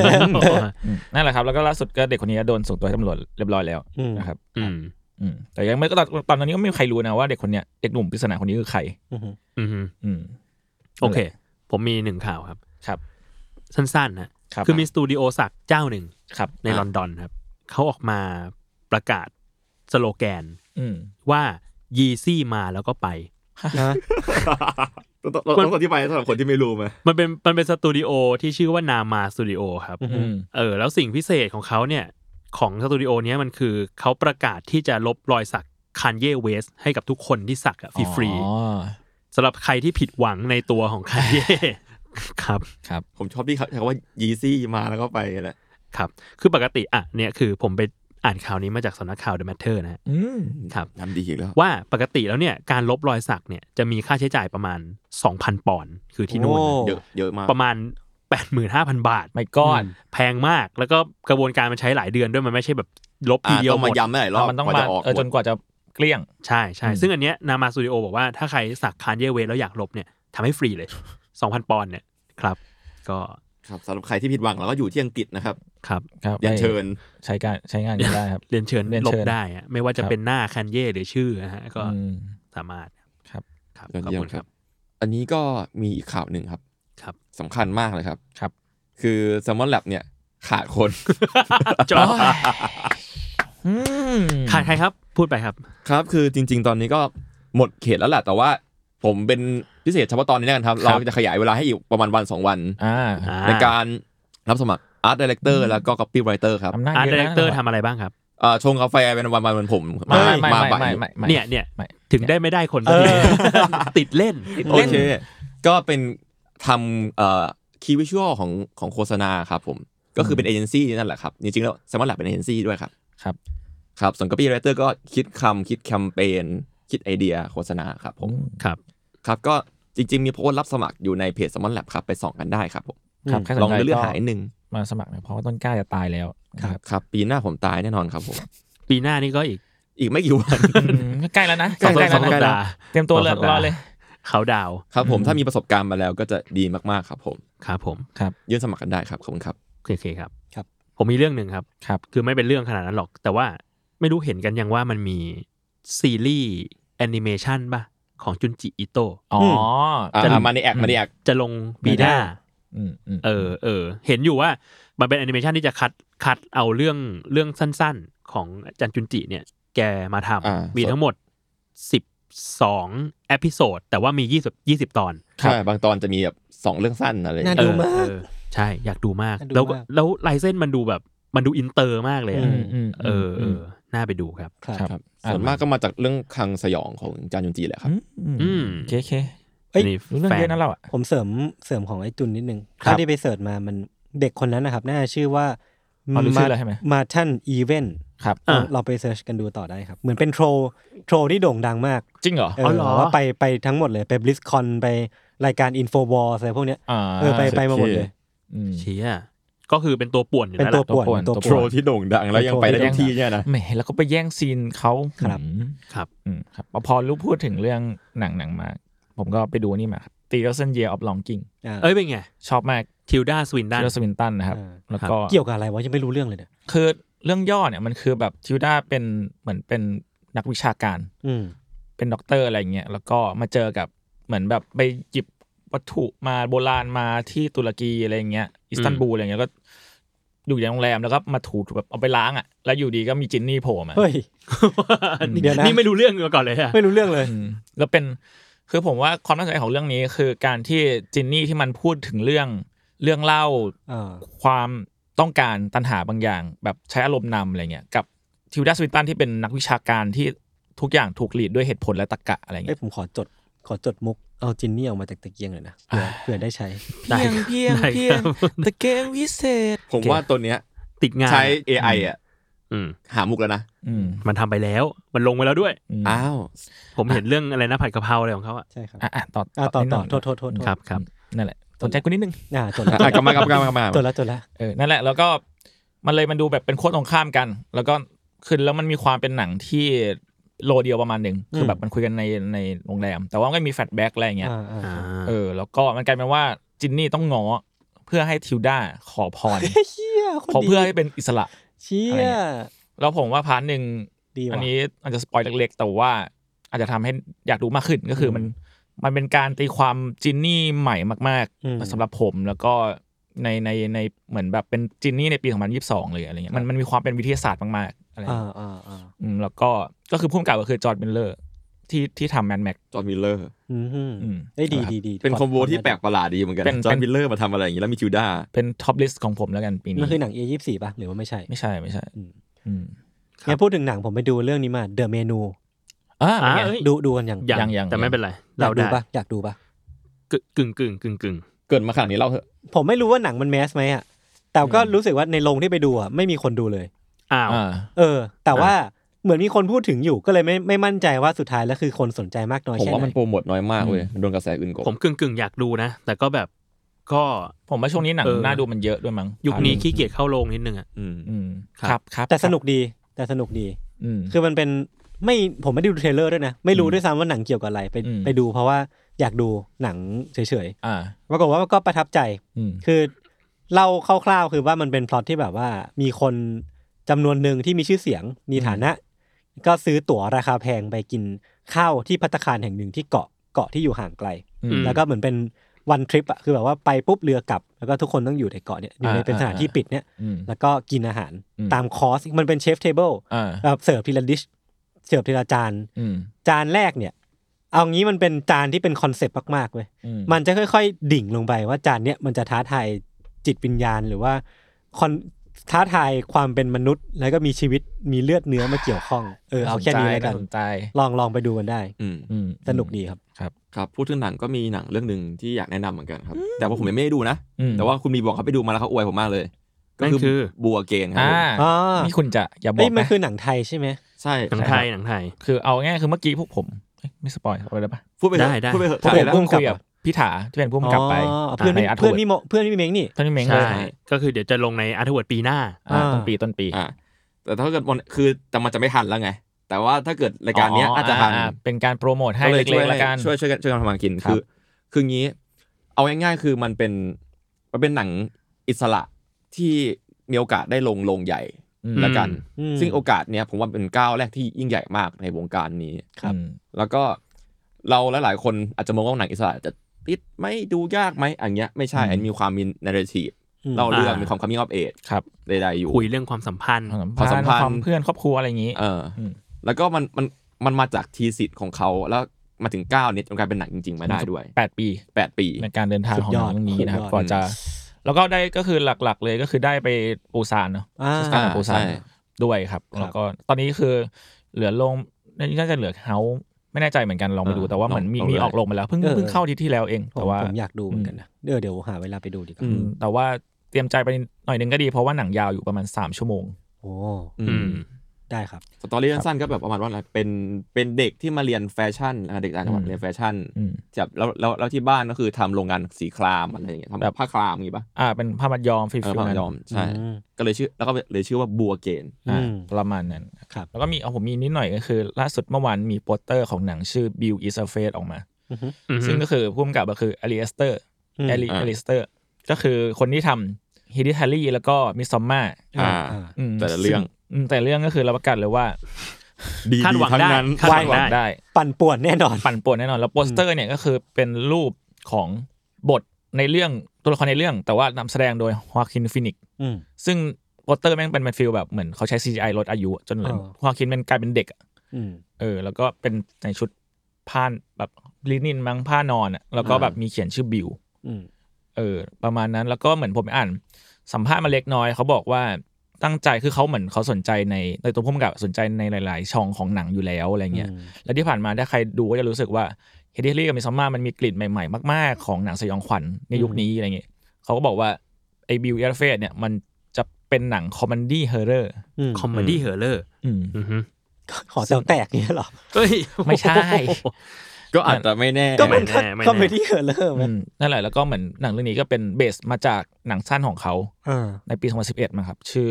S6: มนั่นแหละครับ แล้วก็ล่าสุดก็เด็กคนนี้โดนส่งตัวให้ตำรวจเรียบร้อยแล้ว
S2: อืม
S6: นะครับ
S4: อืม
S6: อืมแต่ยังไม่ก็ตอนตอนนี้ก็ไม่มีใครรู้นะว่าเด็กคนเนี้ยเด็กหนุ่มปริศนาคนนี้คือใคร
S2: อือฮึ
S4: อืม
S6: อืม
S4: โอเค ผมมีหนึ่งข่าวครับ
S6: ครับ
S4: สั้นๆนะครับ คือมีสตูดิโอสักเจ้าหนึ่ง
S6: ครับ
S4: ในลอนดอนครับ เขาออกมาประกาศสโลแกน
S6: อืม
S4: ว่ายีซี่มาแล้วก็ไป
S2: นะ
S5: ต้องต้องต้องอธิบายสำหรับคนที่ไม่รู้ไหม
S4: มันเป็นมันเป็นสตูดิโอที่ชื่อว่านามาสตูดิโอครับ
S6: อืม
S4: เออแล้วสิ่งพิเศษของเขาเนี่ย ของสตูดิโอเนี้ยมันคือเขาประกาศที่จะลบรอยสักค a นเยเวสให้กับทุกคนที่สักอะฟรี
S6: อ๋อ
S4: ๆสำหรับใครที่ผิดหวังในตัวของค a นเย ครับ
S5: ผมชอบที่เขาใช้คำว่ายีซี่มาแล้วก็ไปแหละ
S4: ครับ คือปกติอ่ะเนี่ยคือผมไปอ่านข่าวนี้มาจากสำนักข่าว The Matter นะฮะ
S6: อืม
S4: ครับ
S5: น้ำดีอีกแล้ว
S4: ว่าปกติแล้วเนี่ยการลบรอยสักเนี่ยจะมีค่าใช้จ่ายประมาณ 2,000 ปอนด์คือที่นู่นนะ
S2: โอ้
S5: เยอะเยอะมาก
S4: ประมาณ 85,000 บาท
S6: My God
S4: อืแพงมาก แล้วก็กระบวนการมันใช้หลายเดือนด้วย มันไม่ใช่แบบลบที
S5: อ่า
S4: เดียว
S5: ต้อง
S4: หม
S5: มา
S4: ด
S5: ย้ำหลายรอบ
S6: มันต้อง
S5: กว่
S6: มา
S5: จะออก
S6: เออจ
S5: ห
S6: น
S5: มด
S6: กว่าจะเกลี้ยง
S4: ใช่ใช่
S6: อืม
S4: ซึ่งอันเนี้ยนามาสตูดิโอบอกว่าถ้าใครสักคานเยเว แล้ว อยากลบเนี่ยทำให้ฟรีเลย 2,000 ปอนด์เนี่ยครับ ก็
S5: ครับสำหรับใครที่ผิดหวังเราก็อยู่ที่อังกฤษนะครับ
S4: ครับ
S6: ครับ
S5: เรียนเชิญ
S6: ใช้การใช้งานกันได้ครับ
S4: เรียนเชิญ
S6: เรียน
S4: ล
S6: เชิ
S4: บ
S6: ญ
S4: ได้อะไม่ว่าจะ
S6: ครับ
S4: เป็นหน้าคานเยหรือชื่อนะฮะก็
S6: อืม
S4: สามารถ
S6: ครับ
S4: ครับ
S5: ยอด
S4: ขอบ
S5: เยี่ยม
S4: คุณ
S5: ค
S4: ค
S5: รั
S4: รับ บ
S5: อันนี้ก็มีอีกข่าวหนึ่งครับ
S4: ครับ
S5: สำคัญมากเลยครับ
S6: ครับ
S5: คือแซมมอนแลบเนี่ยขาดคน
S4: จอ
S6: อืม
S4: ขาดใครครับ พูดไปครับ
S5: ครับ คือจริง ๆ ตอนนี้ก็หมดเขตแล้วแหละแต่ว่าผมเป็นพิเศษเฉพาะตอนนี้แล้วกันครับ
S4: ครั
S5: เรา
S4: บ
S5: จะขยายเวลาให้อีกประมาณวันสองวัน
S6: อ่า
S4: อ่
S5: ในการรับสมัครอาร์ตดีเลกเตอร์แล้วก็คัพปี้ไรเตอร์ครับ
S6: อำนาจ
S4: อาร์ต
S6: เย
S4: ดี
S6: อะ
S4: เล
S6: นะ
S4: กเตอร์ทำอะไรบ้างครับ
S5: เอ่อชงกาแฟเป็นวันวันเหมือนผม
S6: ไม่ไม่ไม่
S5: บ่าย
S6: ไม่ไม่ไม่
S4: เนี่ยเนี่ย
S6: ไม่
S4: ถึงได้ไม่ได้คนสักทีติดเล่นติด
S5: โอ
S4: เล่น
S5: เค ก็เป็นทำเอ่อคีย์วิชวลของของโฆษณาครับผม ก็คือเป็นเอเจนซี่นั่นแหละครับ จริงๆ แล้วสมาร์ทแลบเป็นเอเจนซี่ด้วยครับ
S6: ครับ
S5: ครับ ส่วนก็ปีไรเตอร์ก็คิดคำคิดแคมเปญคิดไอเดียโฆษณาครับผ
S6: ผม ม
S4: ครับ
S5: ครับ ก็จริง ๆ มีโพสต์รับสมัครอยู่ในเพจสมาร์ทแลบครับ ไปส่องกันได้ครับผม
S6: ครับใครสนใจ
S5: ลองเลือก
S6: ก็
S5: หายหนึ่ง
S6: มาสมัครเนี่ยเพราะว่าต้นกล้าจะตายแล้วนะครับ
S5: ครับ ปีหน้าผมตายแน่นอนครับผม
S4: ปีหน้านี่ก็อีก
S5: อีกไม่กี่วัน
S6: อืมใกล้แล้วนะ
S5: ใกล้แล้ว
S6: ใกล้
S5: ใกล้
S6: แล้ว
S5: แล้ว
S4: า
S6: นะ
S4: ห์
S6: เตรียมตัวเลย
S4: สงสัป
S6: ร
S4: ดา
S6: อ
S4: ห์
S6: เลย
S4: เขาดาวน์
S5: ครับผม
S6: อืม
S5: ถ้ามีประสบการณ์มาแล้วก็จะดีมากๆครับ ผม
S4: ครับผม
S6: ครับ
S5: ยื่นสมัครกันได้ครับขอบคุณครับ
S4: โอเคครับ
S2: ครับ
S4: ผมมีเรื่องหนึ่งครับ
S6: ครับ
S4: คือไม่เป็นเรื่องขนาดนั้นหรอก แต่ว่าไม่รู้เห็นกันยังว่ามันมีซีรีส์แอนิเมชันป่ะ ของจุนจิอิโตะ
S6: อ๋ออ
S5: อ่ะ
S4: จะ
S5: อ่ะมาในแอกมาในแอก
S4: จะลงปีหน้า
S6: ปีหน้า อืมอืม
S4: เออเออ เห็นอยู่ว่ามันเป็นแอนิเมชันที่จะคัดคัดเอาเรื่องเรื่องสั้นๆ ของอาจันจุนจิเนี่ย แกมาท
S5: อ่า
S4: ำ
S5: มี
S4: มีทั้งหมด 12 e อพิโซดแต่ว่ามี20 20 ตอน
S5: ใช่บางตอนจะมีแบบสองเรื่องสั้นอะไรอย่าง
S2: น่า
S5: เงี้ย
S2: ดูมาก
S4: เออใช่ อยากดูมาก
S2: อยากดู
S4: แล้วก็
S2: มาก
S4: แล้วลายเส้นมันดูแบบมันดูอินเตอร์มากเลยอะ
S6: อืมอืม
S4: เออเอ
S6: ม
S4: อน่าไปดูครับ
S2: ครับ
S6: ครับอ่ะ
S5: ส่วนมากก็มาจากเรื่องคลังสยองของจานยุนจีแหละครับ
S6: อืม
S4: อืม
S6: โอเคโอเค
S2: เอ้ย
S4: นนี้
S6: รู้เรื่อง
S4: แฟ
S6: เยอะนะเราอ่ะ
S2: ผมเสริมเสริมของไอ้จุนนิดนึง
S5: ครับ
S2: เท่าที่ไปเสิร์ชมามันเด็กคนนั้นนะครับ น่าจะชื่อว่า
S6: อ๋อรู้ชื่อแล้วใช่ไหม
S2: มาทันอีเวน
S6: ครับ
S4: อ่า
S2: เราไปเสิร์ชกันดูต่อได้ครับ เหมือนเป็นโทรโทรที่โด่งดังมาก
S6: จริงเหรอ
S2: เอ
S4: อ
S2: อ
S4: เหรอ
S2: ว่าไปไปทั้งหมดเลย ไปบลิสคอนไปรายการอินโฟวอลอะไรพวกเนี้ย
S6: อ่า
S2: เออไปไปมาหมดเลย
S6: อืม
S4: เชียก็คือเป็นตัวป่วนอยู่
S2: เป็น
S4: แล้ว
S2: ตัว
S4: ล่ะ
S2: ป่วน
S6: ตัวป่ว
S2: ตัว
S6: น
S5: โท
S2: ป่
S5: ร
S2: วน
S5: ที่โด่งดังแล้วยังไปได้ทุกที่เนี่ยนะ
S6: แหมแล้วก็ไปแย่งซีนเขา
S2: ครับ
S6: อืม
S4: ครับ
S6: อืมครับพอรู้พูดถึงเรื่องหนังหนังมา ผมก็ไปดูนี่มาตีเซนเยออฟลองกิง
S2: อ่า
S4: เอ้ยเป็นไง
S6: ชอบมาก
S4: ทิลดาสวิน
S6: ตี
S4: ดัน
S6: เซนตันนะครับ
S2: อ่า
S6: แล้วก็
S2: เกี่ยวกับอะไรวะยังไม่รู้เรื่องเลยเนี่ย
S6: คือเรื่องย่อเนี่ยมันคือแบบทิวดาเป็นเหมือนเป็นนักวิชาการ
S2: อืม
S6: เป็นด็อกเตอร์อะไรเงี้ยแล้วก็มาเจอกับเหมือนแบบไปหยิบวัตถุมาโบราณมาที่ตุรกีอะไรเงี้ยอิสตันบูลอะไรเงี้ยก็อยู่ในโรงแรมแล้วก็มาถูถูแบบเอาไปล้างอ่ะแล้วอยู่ดีก็มีจินนี่โผล่มา
S2: เฮ้ย
S4: นี่
S2: เดี๋ยวนะ
S4: นี่ไม่รู้เรื่องมาก่อนเลยอะ
S2: ไม่รู้เรื่องเลย
S6: อืมแล้วเป็นคือผมว่าความน่าสนใจของเรื่องนี้คือการที่จินนี่ที่มันพูดถึงเรื่องเรื่องเล่า
S2: อ่า
S6: ความต้องการตัณหาบางอย่าง แบบใช้อารมณ์นำอะไรเงี้ยกับทิวดัสวินตันที่เป็นนักวิชาการที่ทุกอย่างถูกหลีดด้วยเหตุผลและตรรกะอะไร
S2: เอ้
S6: เงี้
S2: ย
S6: ย
S2: ผมขอจดขอจดมุกเอาจินนี่ออกมาจากตะเกียงหน่อยนะเผื่อเผื่อได้ใช้
S4: ได้
S6: เพียงเพียง
S4: ได้
S6: เพีย
S4: ครั
S6: ง
S4: บ
S6: ตะเกียงวิเศษ
S5: ผมว่าตัวเนี้ย
S4: ติดงาน
S5: ใช้ AI อ่ะ
S4: อืม
S5: หามุกแล้วนะ
S6: อืม
S4: มันทำไปแล้ว มันลงไปแล้วด้วย
S6: อืม
S5: อ้าว
S4: ผมเห็นเรื่องอะไรนะผัดกะเพราอะไรของเขาอะ
S2: ใช่ครับ
S6: อ่ะอ่ะต่อ
S2: อ่าต่อ
S6: นิดห
S2: ต่
S6: น่
S2: อย โทษโทษโทษโทษ
S4: ครับครับ
S6: นั่นแหละสนใจกูนิดนึง
S2: อ่าจดละ
S5: อ่ะกลับมากลับมากลับมากลับมา
S2: จดละจดละ
S6: เออ นั่นแหละ แล้วก็มันเลยมันดูแบบเป็นโคตรตรงข้ามกัน แล้วก็คือแล้วมันมีความเป็นหนังที่โลเดียวประมาณหนึ่ง คือ
S2: ม
S6: แบบมันคุยกันในในโรงแรม แต่ว่ามันก็มีแฟลชแบ็กอะไรอย่างเงี้ย
S2: อ่าอ่า
S4: อ่า
S6: เออ แล้วก็มันกลายเป็นว่าจินนี่ต้องง้อเพื่อให้ทิวด้าขอพร
S2: เชี่ยคน
S6: ขอ
S2: ดี
S6: เพื่อให้เป็นอิสระ
S2: เชี่
S6: อะ
S2: ย
S6: ไรเงี้ย แล้วผมว่าพาร์ทหนึ่ง
S2: ดี
S6: อัน
S2: ว่ะ
S6: นี้อาจจะสปอยเล็กๆ แต่ว่าอาจจะทำให้อยากดูมากขึ้นก็คืออ
S2: ม
S6: มันมันเป็นการตีความจินนี่ใหม่มาก
S2: อืม
S6: ๆสำหรับผมแล้วก็ในในในเหมือนแบบเป็นจินนี่ในปี 2022 เลยอะไรเงี้
S2: ค
S6: ย
S2: รับ
S6: มันมันมีความเป็นวิทยาศาสตร์มากๆอะไร
S2: อ่า
S6: เงี้ย
S2: อ่าอ่า
S6: อืมแล้วก็ก็คือพุ่มกับก็คือจอร์ดมิลเลอร์ที่ที่ทำแมนแม็ก
S5: จอร์นวิลเลอร์
S2: อืม
S6: อืม
S2: ได้ยดีดีดี
S5: เป็น
S2: ข
S5: คอมโบที่แปลกประหลาดดีเหมือนกัน
S6: เป็น
S5: จอร์
S6: เป็น น
S5: วิลเลอร์มาทำอะไรอย่างนี้แล้วมีจิวด้า
S6: เป็นท็อปลิสต์ของผมแล้วกันปีนี้
S2: มันคือหนัง A ยี่สี่ป่ะ หรือว่าไม่ใช่
S6: ไม่ใช่ไม่ใช่
S2: อืม
S6: อืม
S2: งั้นพูดถึงหนังผมไปดูเรื่องนี้มา The Menu
S6: อ่า
S4: อ่า
S6: เป็นไง
S4: เอ้ย
S2: ดูดูกันอย่าง
S6: ยังยัง
S4: แต่ไม่เป็นไร
S2: อยา
S4: เรา
S2: กดู
S4: ได้
S2: ป่ะอยากดูป่ะ
S4: กึ่งกึ่งกึ่งกึ่ง
S5: เกิดมาขนาดนี้เล่าเถอะ
S2: ผมไม่รู้ว่าหนังมันแมสไหมอ่ะ แต่ก็รู้สึกว่าในโรงที่ไปดูอ่ะไม่มีคนดูเลย
S4: อ้าว
S6: อ่า
S2: เออ แต่ว่าเหมือนมีคนพูดถึงอยู่ก็เลยไม่ไม่มั่นใจว่าสุดท้ายแล้วคือคนสนใจมากน้อย
S5: ผม
S2: แค่
S5: ว่า
S2: ไหน
S5: มันโปรโมทน้อยมากเว้ยมันโดนกระแสอื่นกบ
S4: ผมกึ่งกึ่งอยากดูนะ แต่ก็แบบก็
S6: ผมว่าช่วงนี้หนัง
S4: เออ
S6: น่าดูมันเยอะด้วยมั้ง
S4: ยุคนี้ขี้เกียจเข้าโรงนิดนึงอ่ะ
S5: อืม
S6: อืม
S4: ครับ
S6: ครับครับ
S2: แต่สนุกดีแต่สนุกดี
S6: อืม
S2: คือมันเป็นไม่ผมไม่ได้ดูเทรลเลอร์ด้วยนะ ไม่รู้ด้วยซ้ำว่าหนังเกี่ยวกับอะไรไป
S6: อืม
S2: ไปดูเพราะว่าอยากดูหนังเฉย
S6: อ่า
S2: ๆปรากฏว่ามันก็ประทับใจ
S6: อืม
S2: คือเล่าคร่าวๆคือว่ามันเป็นพล็อตที่แบบว่ามีคนจำนวนหนึ่งที่มีชื่อเสียงมีฐานะ ก็ซื้อตั๋วราคาแพงไปกินข้าวที่พัตตาคารแห่งหนึ่งที่เกาะเกาะที่อยู่ห่างไกล
S6: อืม
S2: แล้วก็เหมือนเป็นวันทริปอะคือแบบว่าไปปุ๊บเรือกลับ แล้วก็ทุกคนต้องอยู่ในเกาะเนี่ยอยู่ใน
S6: อ่า
S2: เป็นสถานที่
S6: อ่า
S2: ปิดเนี่ย
S6: อืม
S2: แล้วก็กินอาหาร
S6: อืม
S2: ตามคอร์สมันเป็นเชฟเทเบิล
S6: อ่า
S2: แบบเสิร์ฟทีละดิชเสิร์ฟทีละจาน
S6: อืม
S2: จานแรกเนี่ย เอางี้มันเป็นจานที่เป็นคอนเซปต์มากๆเว้ย
S6: อื
S2: มันจะค่อยๆ ดิ่งลงไปว่าจานเนี้ยมันจะท้าทายจิตวิญญาณหรือว่าคอนท้าทายความเป็นมนุษย์ แล้วก็มีชีวิตมีเลือดเนื้อมาเกี่ยวข้อง เออเอาแค่นี้แล้วกัน
S6: าสนใจ
S2: ลองลองไปดูกันได้
S5: อืม
S6: อืม
S2: สนุกดีครับ
S5: ครับพูดถึงหนังก็มีหนังเรื่องหนึ่งที่อยากแนะนำเหมือนกันครับ แต่ว่าผมยังไม่ได้ดูนะ
S6: อืม
S5: แต่ว่าคุณมีบอกเขาไปดูมาแล้วเขาอวยผมมากเลย ก็
S4: นั่นคือ
S5: บัวเกนครับ
S6: อ่า
S5: ผม
S2: อ่า
S6: นี่คุณจะอย่าบอ
S2: เอ้ย
S6: ก
S2: มัน
S6: นะ
S2: คือหนังไทยใช่ไหม
S5: ใช่
S4: หนังไทยหนังไทย
S6: คือเอาง่ายๆคือเมื่อกี้พวกผมเอ้ยไม่สปอยเอาไปได้ปะ
S5: พูดไปเถอะ
S4: ได้ได้
S5: พูดไปเถอะ
S6: พวก
S5: ใช่
S6: ผม
S5: แล้ว
S6: เพิ่งคุยกับ พิถาที่เป็นผู้กำกับไป
S2: อ๋อเพื่อนพี่
S6: ใ Artwork
S2: เพื่อนพี่โมเพื่อนพี่เม้งนี่
S6: เพื่อนพี่เม้งเล
S4: ใช่
S6: ย
S4: ก็คือเดี๋ยวจะลงในอาร์ตเวิร์ดปีหน้า
S6: อ่า
S2: อ่า
S6: ต้นปีต้นปี
S5: อ่าแต่ถ้าเกิดวันคือแต่มันจะไม่ทันแล้วไง แต่ว่าถ้าเกิดรายการเนี้ยอาจจะทัน
S6: เป็นการโปรโมทให้
S5: ก็เล
S6: เล็
S5: ยช่วย
S6: กๆ
S5: ให้
S6: ละกัน
S5: ช่วยช่วยกันช่วยกันทำมาหากิน
S6: ครับ
S5: คือ คืองี้ เอาง่ายๆคือมันเป็นมันเป็นหนังอิสระที่มีโอกาสได้ลงโรงใหญ่
S6: อืม
S5: ละกัน
S2: อืม
S5: ซึ่งโอกาสเนี้ยผมว่าเป็นก้าวแรกที่ยิ่งใหญ่มากในวงการนี้
S6: ครับ
S5: แล้วก็เราหลายๆคนอาจจะมองว่าหนังอิสระจะติดไหม่ดูยากไหมอันเนี้ยไม่ใช่
S6: อืม
S5: อันมีความมีนาร์ทีฟ
S2: อืม
S5: เราเรื่อง
S4: อ่ามี
S5: มีความคัมมิ่งออฟเอจ
S6: ครับ
S5: ใดๆอยู่
S4: คุยเรื่องความสัมพันธ์
S6: ความสัมพันธ์ค
S5: คาว
S6: วาม มเพื่อนครอบครัวอะไรอย่างนี้
S5: เอออ
S6: ม
S5: แล้วก็มันมันมันมาจากทีสิทธิ์ของเขาแล้วมาถึงก้าวเนี้ยจนกลายเป็นหนังจริง ๆ มาได้ด้วย
S6: แปดปี
S5: แปดปี
S6: ในการเดินทางของหนังเรื่องนี้นะครับ
S2: สุดยอด
S6: ก่อนจะ แล้วก็ได้ก็คือหลักๆ เลยก็คือได้ไปปูซานเนาะ
S2: อ่า
S6: สถาน
S5: อ่า
S6: ปูซาน
S5: ใช่
S6: ด้วยครับ
S2: ครับ
S6: แล้วก็ตอนนี้คือเหลือลงน่าจะเหลือเฮาไม่แน่ใจเหมือนกันลองไปดูแต่ว่าเหมือนมีมีออกลงไปแล้วเพิ่งเพิ่งเข้าอาที่ที่แล้วเอง
S2: ผม
S6: แต่ว่า
S2: ผมอยากดูเหมือนกันนะเดี๋ยวเดี๋ยวหาเวลาไปดูดีกว่า
S6: อืมแต่ว่าเตรียมใจไปหน่อยนึงก็ดี เพราะว่าหนังยาวอยู่ประมาณ 3 ชั่วโมง
S2: โอ้
S5: อื
S4: อื
S5: ม
S4: ม
S2: ได้ครับ
S5: สตอรี่สั้นๆก็แบบประมาณว่าอะไรเป็นเป็นเด็กที่มาเรียนแฟชั่นอ่ะเด็กต่างจังหวัด
S6: อืม
S5: เรียนแฟชั่น
S6: อืม
S5: แบบแล้วแล้วแล้วที่บ้านก็คือทำโรงงานสีครามอะไรอย่างเงี้ย
S6: แบบ
S5: ทำผ้าครามอย่างงี้ปะ
S6: อ่าเป็นผ้ามัดยอมฟิล
S5: เออ
S6: ฟิล
S5: ผ้า
S6: นั้น
S5: ยอมใช่
S2: อืม
S5: ก็เลยชื่อแล้วก็เลยชื่อว่าบัวเกน
S6: อ่า
S2: อืม
S6: ประมาณนั้น
S2: ครับ
S6: แล้วก็มีเอาผมมีนิดหน่อยก็คือ ล่าสุดเมื่อวานมีโปสเตอร์ของหนังชื่อ Bill is a Face ออกมา ซึ่งก็คือผู้กำกับก็คืออลิเอสเตอร์
S2: อืม
S6: อลิอลิสเตอร์ ก็คือคนที่ทำฮิดิทารีแล้วก็มิซอมมา
S5: อ่า
S2: อ่า
S5: แต่ละเรื่อง
S6: แต่เรื่องก็คือรับประกันเลยว่า
S5: ดี
S4: คาดหวัง
S5: ๆทั้ง
S4: ได้
S5: นั้น
S4: คาดหวัง
S6: หวัง
S4: ได้
S6: ได้
S2: ปั่นป่วนแน่นอน
S6: ปั่นป่วนแน่นอนแล้วโปสเตอร์เนี่ยก็คือเป็นรูปของบทในเรื่องตัวละครในเรื่อง แต่ว่านำแสดงโดยฮวาคินฟินิกซ์
S2: อืม
S6: ซึ่งโปสเตอร์แม่งเป็นฟิลแบบเหมือนเขาใช้ CGI ลดอายุจนเหมือน
S2: เออ
S6: ฮวาคินมันกลายเป็นเด็กอะ
S2: อืม
S6: เออแล้วก็เป็นในชุดผ้าแบบลินินมั้งผ้านอนอะแล้วก็แบบมีเขียนชื่อบิว
S2: อืม
S6: เออประมาณนั้นแล้วก็เหมือนผมไปอ่าน สัมภาษณ์มาเล็กน้อยเขาบอกว่าตั้งใจคือเขาเหมือนเขาสนใจในในตัวผู้กำกับสนใจในหลาย ๆ ช่องของหนังอยู่แล้วอะไรเงี้ย และที่ผ่านมาถ้าใครดูก็จะรู้สึกว่าเฮดิลี่กับมิซัมมามันมีกลิ่นใหม่ ๆ มาก ๆ ของหนังสยองขวัญในยุคนี้อะไรเงี้ยเขาก็บอกว่าไอ้บิวเอร์เฟสเนี่ยมันจะเป็นหนังคอมเมดี้เฮอร์เรอร์
S2: อืม
S4: คอมเมดี้เฮอร์เลอร์
S6: อืม
S2: ขอแซวแตกเนี้ยเหรอ
S4: เอ้ย
S6: ไม่ใช่
S5: ก็อาจจะไม่แน่
S2: ก็มัน
S4: ไม่แน่ไม่แน่
S2: ก็ไม่ที่เฮอร์เลอร์ไหม
S6: อืมนั่นแหละแล้วก็เหมือนหนังเรื่องนี้ก็เป็นเบสมาจากหนังสั้นของเขา
S2: อ่า
S6: ในปี 2011มั้งครับ ชื่อ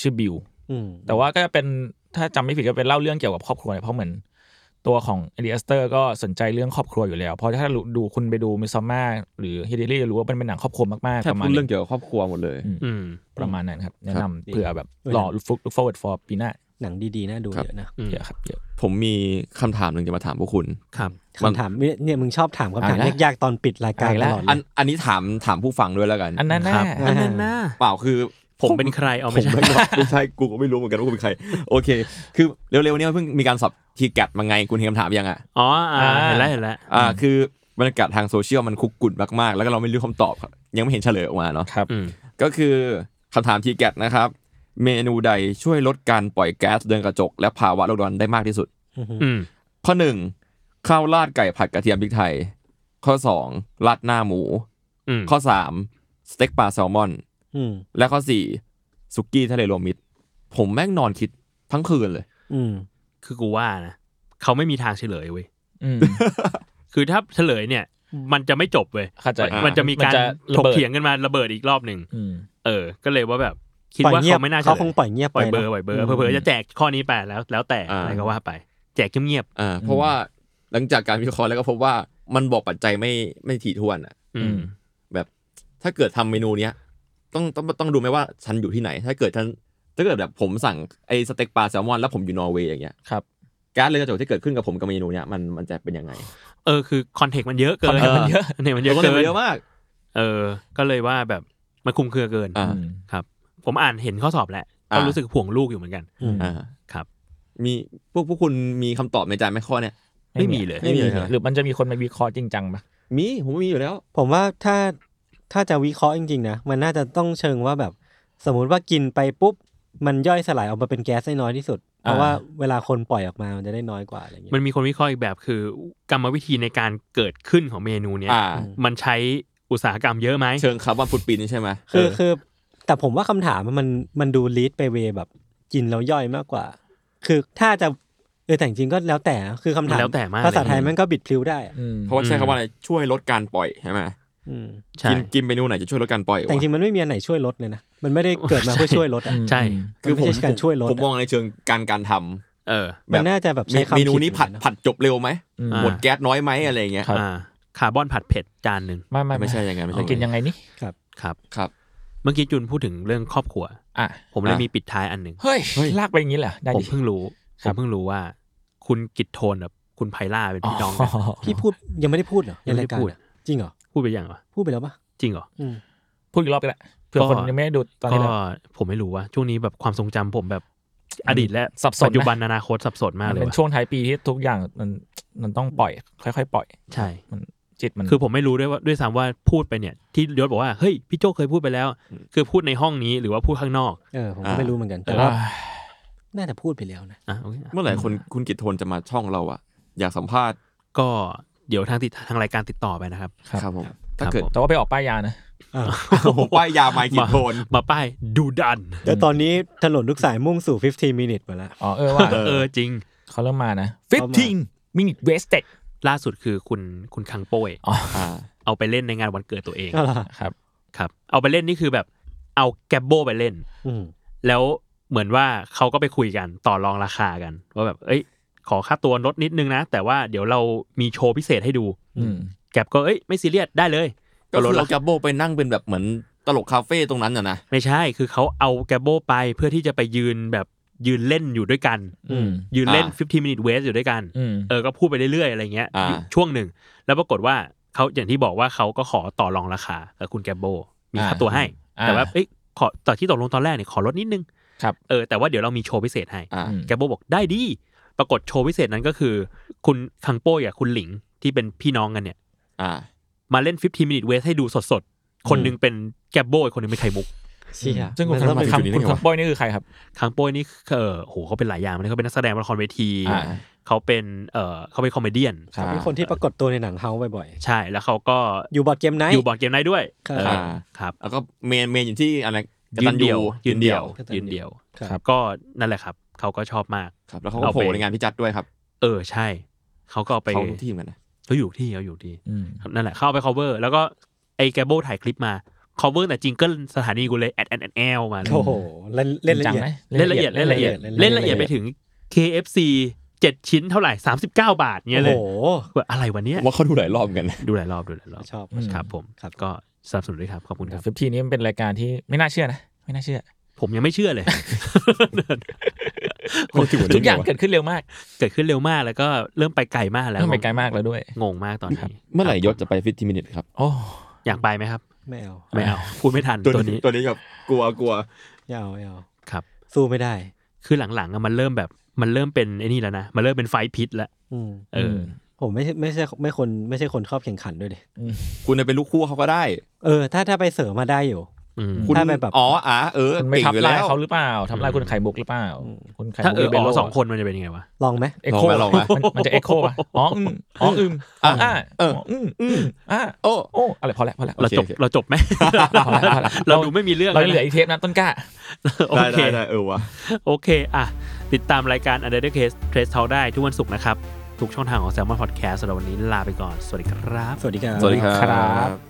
S6: ชื่อบิว
S2: อืม
S6: แต่ว่าก็จะเป็นถ้าจำไม่ผิดก็เป็นเล่าเรื่องเกี่ยวกับครอบครัวเนี่ยเพราะเหมือนตัวของเอลิอสเตอร์ก็สนใจเรื่องครอบครัวอยู่แล้ว เพราะถ้าดูคุณไปดูมิซอมมาหรือฮิเดรี่จะรู้ว่ามันเป็นหนังครอบครัวมากๆ
S5: แค่
S6: ประมา
S5: พู
S6: ณ
S5: ดเรื่อง
S6: นี้
S5: เกี่ยวกับครอบครัวหมดเลย
S6: อืม
S4: อืม
S6: ประมาณนั้นครับ แนะครับ นำเผื่อแบบ
S2: เออ
S6: หล่อฟุกลุก forward for ปีหน้า
S2: หนังดีๆน่าดู
S5: ครับ
S2: เยอะนะ
S4: อืม
S6: เยอะครับเยอะ
S5: ผมมีคำถามหนึ่งจะมาถามพวกคุณ
S4: ครับ
S5: มัน
S2: คำถามเนี่ยเนี่ยมึงชอบถามคำถามยากๆตอนปิดรายการตลอดเล
S5: อัน
S2: ย
S5: อันนี้ถามถามผู้ฟังด้วยแล้วกัน
S6: อันนั้น
S4: ค
S6: แน่
S4: รับ อันนั้นน่ะ
S5: เปล่าคือ
S4: ผมเป็นใครเอา
S5: ผ
S4: ไม่
S5: ม
S4: ใช่
S5: ไม่รู้ ไม่ใช่กูก็ไม่รู้เหมือนกันว่ากูเป็นใคร โอเค คือเร็วๆเนี้เพิ่งมีการสอบทีแกดมาไงคุณเห็นคำถามยังอ่ะ
S4: อ๋ออ่าเห็นแล้วเห็นแล้ว
S5: อ่าคือบรรยากาศทางโซเชียลมันคุกกุ่นมากๆ แล้วก็เราไม่รู้คำตอบครับยังไม่เห็นเฉลยออกมาเนาะ
S6: ครับ
S4: อืม
S5: ก็คือคำถามทีแกดนะครับ เมนูใดช่วยลดการปล่อยแก๊สเดือนกระจก และภาวะโลกร้อนได้มากที่สุด
S4: อืม
S5: ข้อหนึ่งข้าวราดไก่ผัดกระเทียมพริกไทย ข้อสองราดหน้าหมู
S4: อืม
S5: ข้อสามสเต็กปลาแซลมอน
S2: อืม
S5: และข้อสี่สุกี้ทะเลรวมมิตร ผมแม่งนอนคิดทั้งคืนเลย
S2: อืม
S4: คือกูว่านะเขาไม่มีทางเฉลยเว้ย
S6: อืม
S4: คือถ้าเฉลยเนี่ย มันจะไม่จบเว้ย
S6: เข้าใจ
S4: มันจะมีการ
S6: มันจะ
S4: ถ
S6: ระ
S4: ก
S6: เบิด
S4: เถียงกันมาระเบิดอีกรอบหนึ่ง
S6: อืม
S4: เออ ก็เลยว่าแบบคิด
S2: ปล่อย
S4: ว่า
S2: เงียบ
S4: เขาไม่น่าฉล
S2: เขาคงปล่อยเงียบไป
S4: ปล่อยเบอร์
S2: เนอะ
S4: ปล่อย
S2: อืม
S4: เบอร์เผื่อๆจะแจกข้อนี้ไปแล้ว แล้วแต่
S5: อ่า
S4: อะไรก็ว่าไป แจกเงียบ
S5: อ่าเพราะว่าหลังจากการวิเคราะห์แล้วก็พบว่ามันบอกปัจจัยไม่ไม่ถี่ถ้วนอ่ะ
S4: ๆอืม
S5: แบบถ้าเกิดทำเมนูเนี้ยต้องต้องต้องดูไหมว่าฉันอยู่ที่ไหน ถ้าเกิดฉันถ้าเกิดแบบผมสั่งไอสเต็กปลาแซลมอนแล้วผมอยู่นอร์เวย์อย่างเงี้ย
S6: ครับ
S5: การดเรือนกระจกที่เกิดขึ้นกับผมกับเมนูเนี้ยมันมันจะเป็นยังไง
S4: เออคือคอนเทกต์มันเยอะเกิน
S5: context มันเยอะ
S4: คอนเทกต์มันเยอะ
S5: พรา
S4: เกิ
S5: มัน เยอะมาก
S4: เออ ก็เลยว่าแบบมันคุมเครือเกิน
S5: อ่า
S6: อืม
S4: ครับ ผมอ่านเห็นข้อสอบแหละ
S5: อ่า
S4: ก็รู้สึกห่วงลูกอยู่เหมือนกัน
S2: อืม
S5: อ่า
S4: ครับ
S5: มีพวกพวกคุณมีคำตอบในใจไหมข้อเนี้ย
S4: ไม่มีเลย
S5: ไม่มีเลย
S6: หรือมันจะมีคนมาวิเคราะห์จริงจังปะ
S5: มีผมมีอยู่แล้ว
S2: ผมว่าถ้าถ้าจะวิเคราะห์จริงๆนะมันน่าจะต้องเชิงว่าแบบ สมมุติว่ากินไปปุ๊บ มันย่อยสลายออกมาเป็นแก๊สได้น้อยที่สุด เพราะว่าเวลาคนปล่อยออกมามันจะได้น้อยกว่าอะไรอย่างเงี้ย
S4: มันมีคนวิเคราะห์อีกแบบคือกรรมวิธีในการเกิดขึ้นของเมนูเนี้ย
S5: อ่า
S4: มันใช้อุตสาหกรรมเยอะไหม
S5: เชิงคาร์บอนฟุตปรินท์ใช่ไหม
S2: คือ
S5: เ
S2: คือแต่ผมว่าคำถามมันมันดูลีดไปเวแบบกินแล้วย่อยมากกว่า คือถ้าจะ อแต่จริงๆก็แล้วแต่นะคือคำถาม
S4: แล้วแต่มากเลย
S2: ภาษาไทยมันก็บิดพลิ้วได้อะ
S6: อืม
S5: เพราะว่าใช้คำว่าอะไรช่วยลดการปล่อยใช่ไหม
S2: อืม
S4: ใช่
S5: กินกินเมนูไหนจะช่วยลดการปล่อยวะ
S2: แต่จริงๆมันไม่มีอันไหนช่วยลดเลยนะมันไม่ได้เกิดมาเพื่อช่วยลดอะ
S4: ใช่
S5: คือผม
S2: มันไม่ใช่การช่วยลดอะ
S5: ผมมองในเชิงการการทำ
S4: เออ
S5: แบ
S2: มัน
S5: บ
S2: น่าจะแบบ
S5: เม
S2: ใช้คำ
S5: เมนูนี้ผัด
S2: คิะ
S5: ผัดจบเร็วไหม
S6: อืม
S5: หมดแก๊สน้อยไหมอะไรอย่างเงี้ย
S6: ครับ
S4: อ่าคาร์บอนผัดเผ็ดจานหนึ่ง
S6: ไม่ไม่
S5: ไม่ใช่อย่างนั้นไม่ใช่
S6: จะกินยังไงนี่
S4: ครับ
S5: ครับ
S4: เมื่อกี้จุนพูดถึงเรื่องครอบครัว
S6: อ่ะ
S4: ผมเลย
S5: อ่ะ
S4: มีปิดท้ายอันหนึ่ง
S6: เฮ้ยลากไปอย่างนี้เหรอได้
S4: ผม
S6: ดิ
S4: เพิ่งรู้ผ
S6: ครับ
S4: มเพิ่งรู้ว่า คุณกิตโทนกับคุณไพล่าเป็นพี่น้องกัน
S2: พี่พูดยังไม่ได้พูดเหรอใน
S4: ยังไม่
S2: ราย
S4: ได้
S2: การ
S4: พูด
S2: อะจริงเหรอ
S4: พูดไปยังวะ
S2: พูดไปแล้วปะ
S4: จริงเหรอ
S2: อืม
S6: พูดอีกรอบก็ได้เผื่อ
S4: ก็
S6: คนยังไม่ได้ดูตอน
S4: ก็
S6: นี้แล้ว
S4: ผมไม่รู้ว่าช่วงนี้แบบความทรงจำผมแบบ
S6: มัน
S4: อดีตและ
S6: สับส
S4: ปั
S6: นนะ
S4: จจุบันอนาคตสับสนมาก
S6: มัน
S4: เลย
S6: เป็น
S4: ว่ะ
S6: ช่วงท้ายปีที่ทุกอย่างมันมันต้องปล่อย ค่อยๆ ปล่อย
S4: ใช่
S6: จิตมัน
S4: คือผมไม่รู้ด้วยว่าด้วยซ้ำว่าพูดไปเนี่ย ที่ยศบอกว่าเฮ้ยพี่โจเคยพูดไปแล้ว คือพูดในห้องนี้หรือว่าพูดข้างนอก
S2: เออผมก็
S5: อ่า
S2: ไม่รู้เหมือนกัน แต่
S6: แต่
S2: ว่า
S6: ว่า
S2: น่าจะพูดไปแล้วนะ
S4: อ่ะโอเค
S5: เมื่อไหร่คนคุณกิตโทนจะมาช่องเราอะอยากสัมภาษณ์
S4: ก็เดี๋ยวทางติดทางรายการติดต่อไปนะครับ
S5: ครับผมถ้าเกิด
S4: ครับผม
S6: แต่ว่าไปออกป้ายยานะ
S5: ผมป้ายยาไมค์กิตโทน
S4: มาป้ายดูดัน
S2: แต่ตอนนี้ถนนทุกสายมุ่งสู่ 15 minute มาแล้ว
S6: อ๋อ เออว่า
S4: เออจริง
S6: เขาเริ่มมานะ
S2: เขามา
S6: 15 minute wasted
S4: ล่าสุดคือคุณคุณคังโป้ย
S6: อ๋อ
S5: อ่า
S4: เอาไปเล่นในงานวันเกิดตัวเอง
S2: ก็ล่ะ
S6: ครับ
S4: ครับ เอาไปเล่นนี่คือแบบเอาแกบโบไปเล่น
S2: อืม
S4: แล้วเหมือนว่าเขาก็ไปคุยกันต่อรองราคากัน ว่าแบบ เอ้ย ขอค่าตัวลดนิดนึงนะ แต่ว่าเดี๋ยวเรามีโชว์พิเศษให้ดู
S6: อืม
S4: แกบก็เอ้ยไม่ซีเรียสได้เลย
S5: ก็
S4: ล
S5: คื
S4: ด
S5: อ
S4: รา
S5: เรา
S4: คา
S5: จะโบไปนั่งเป็นแบบเหมือนตลกคาเฟ่ตรงนั้นอะนะ
S4: ไม่ใช่คือเขาเอาแกบโบไปเพื่อที่จะไปยืนแบบยืนเล่นอยู่ด้วยกัน
S6: อืม
S4: ยืนเล่น
S5: อ่า
S4: 15 minute waste อยู่ด้วยกัน
S6: อืม
S4: เออ ก็พูดไปเรื่อยๆ อะไรเงี้ย
S5: อ่า
S4: ช่วงหนึ่ง แล้วปรากฏว่าเขาอย่างที่บอกว่าเขาก็ขอต่อรองราคากับคุณแกมโบ มีค่า
S6: อ่า
S4: ตัวให้
S6: อ่า
S4: แต่ว่า เอ้ย ขอต่อที่ตกลงตอนแรกเนี่ยขอลดนิดนึง
S6: ครับ
S4: เออ แต่ว่าเดี๋ยวเรามีโชว์พิเศษให้
S5: อ่า
S6: อืม
S4: แกมโบบอกได้ดี ปรากฏโชว์พิเศษนั้นก็คือ คุณคังโป้กับคุณหลิงที่เป็นพี่น้องกันเนี่ย
S5: อ่า
S4: มาเล่น 15 minute waste ให้ดูสดๆ คนหนึงเป็นแกมโบอีกคนหนึงเป็นไข่มุก
S2: เชี่ย
S6: ซึ่งคุณ
S2: มัน
S6: คำ
S2: เริ่ม
S6: คุณ
S2: เป็น
S6: คำคุณคำป้อยนี่คือใครครับ
S4: คังโป้ยนี่เออโหเขาเป็นหลายอย่างเลยเขาเป็นนักแสดงละครเวที
S6: อ่า
S4: เขาเป็น เออเขาเป็นคอมเมเดี้น
S5: ครับ
S2: เป็นคนที่ปรากฏตัวในหนังเฮาบ่อย
S4: ใช่ แล้วเขาก็
S2: ๆ อยู่บอร์ดเกมไนท์
S4: อยู่บอร์ดเกมไนท์ด้วย
S2: ครับ
S4: เออ
S5: อ่า
S4: ครับ
S5: แล้วก็เมนเมนอย่างที่อะไรก
S4: ยื
S5: ตั
S4: นเดียว ยืนเดียว
S2: กตัญญู
S4: ยืนเดียว
S2: ครับ
S4: ก็นั่นแหละครับ เขาก็ชอบมาก
S5: ครับ แล้วเขาก็โผล่ในงานพี่จัดด้วยครับ
S4: เออใช่ เขาก็เอาไป
S5: เขาทุกทีมกันนะ
S4: เขาอยู่ที่เขาอยู่ที่
S6: อืม
S4: นั่นแหละ เข้าเอาไป cover แล้วก็ไอ้แกโบถ่ายคลิปมา cover แต่จริงก็สถานีกูเลยแอดแอดแอดแอลมาเลย
S2: โอ้โหเล่นเล่นละเอียด
S4: เล่นละเอียดเล่นละเอียด
S2: เล่
S4: เล่
S2: น
S4: น
S2: ละ
S4: ละ
S2: เอี
S4: เอี
S2: ยด
S4: ยดไปถึง KFC เจ็ดชิ้นเท่าไหร่39 บาทเงี้ยเลย
S2: โอ้โห
S4: ว่าอะไรวันเนี้ย
S5: ว่าเขาดูหลายรอบกันนะ
S4: ดูหลายรอบดูหลายรอบ
S2: ชอบ
S6: อืม
S4: ครับผม
S2: ครับ
S4: ก็สนับสนุนด้วยครับขอบคุณครับ
S6: ฟิฟทีนี้มันเป็นรายการที่ไม่น่าเชื่อนะ ไม่น่าเชื่อ
S4: ผมยังไม่เชื่อเลย
S6: ทุกอย่างเกิดขึ้นเร็วมาก
S4: เกิดขึ้นเร็วมากแล้วก็เริ่มไปไกลมากแล้ว
S6: เริ่มไปไกลมากแล้วด้วย
S4: งงมากตอนนี้
S5: เมื่อไหร่ยศจะไปฟิตทีมินิทครับ
S6: โอ้
S4: อยากไปไหมครับ
S2: ไม่เอา
S4: ไม่เอาพูดไม่ทันตัวนี้
S5: ตัวนี้กับกลัวกลัว
S2: ไม่เอาไม่เอา
S4: ครับ
S2: สู้ไม่ได้
S4: คือหลังๆอะมันเริ่มแบบมันเริ่มเป็นไอ้นี่แล้วนะมันเริ่มเป็นไฟท์พิษแล้ว
S2: อืม
S4: เอออ
S2: ผมไม่ใช่ไม่ใช่ไม่คนไม่ใช่คนชอบแข่งขันด้วยดิ
S5: คุณจะเป็นลูกคู่เขาก็ได้
S2: เออ ถ้าถ้าไปเสริมมาได้อยู่
S4: อืม
S5: คุณ
S2: ถ้าไปแบบ
S5: อ๋ออ่ะเออ
S6: คุณไม่
S5: เก่ง
S6: ทับ
S5: อยู่
S6: ลาย
S5: แล้ว
S6: เขาหรือเปล่าทับลายคุณไข่บุกหรือเปล่า
S2: อืม
S6: คุณไข่
S4: ถ้า
S6: บุก
S4: เออ
S6: เบ
S4: อ
S6: โล
S4: อกสองคนมันจะเป็นยังไงวะ
S2: ลองไหม
S6: เอ็กโค
S5: ลองไหมลองไหม
S6: มันจะเอ็กโคป่ะอ๋ออืมอ๋ออืมอ๋ออ่า
S5: เออ
S6: อืมอืมอ่า
S5: โอ้
S6: โอ้อะไรพอแล้วพอแล้ว
S4: เราจบ
S5: โอเค
S4: เราจบไหม
S6: เอาละเอาละ
S4: เราดูไม่มีเรื่อง
S6: เรา
S4: แล้ว
S6: เหลืออีกเทปนะต้นกล้า
S4: โอ
S5: ได้
S4: เค
S5: ได้ได้เออวะ
S4: โอเค อ่ะ ติดตามรายการ Under the Case Trace Talk ได้ทุกวันศุกร์นะครับ ทุกช่องทางของ Salmon Podcast สำหรับวันนี้ลาไปก่อน สวัสดีครับ
S2: สวัสดีครับ
S5: สวัสดีครั
S6: ครับ บ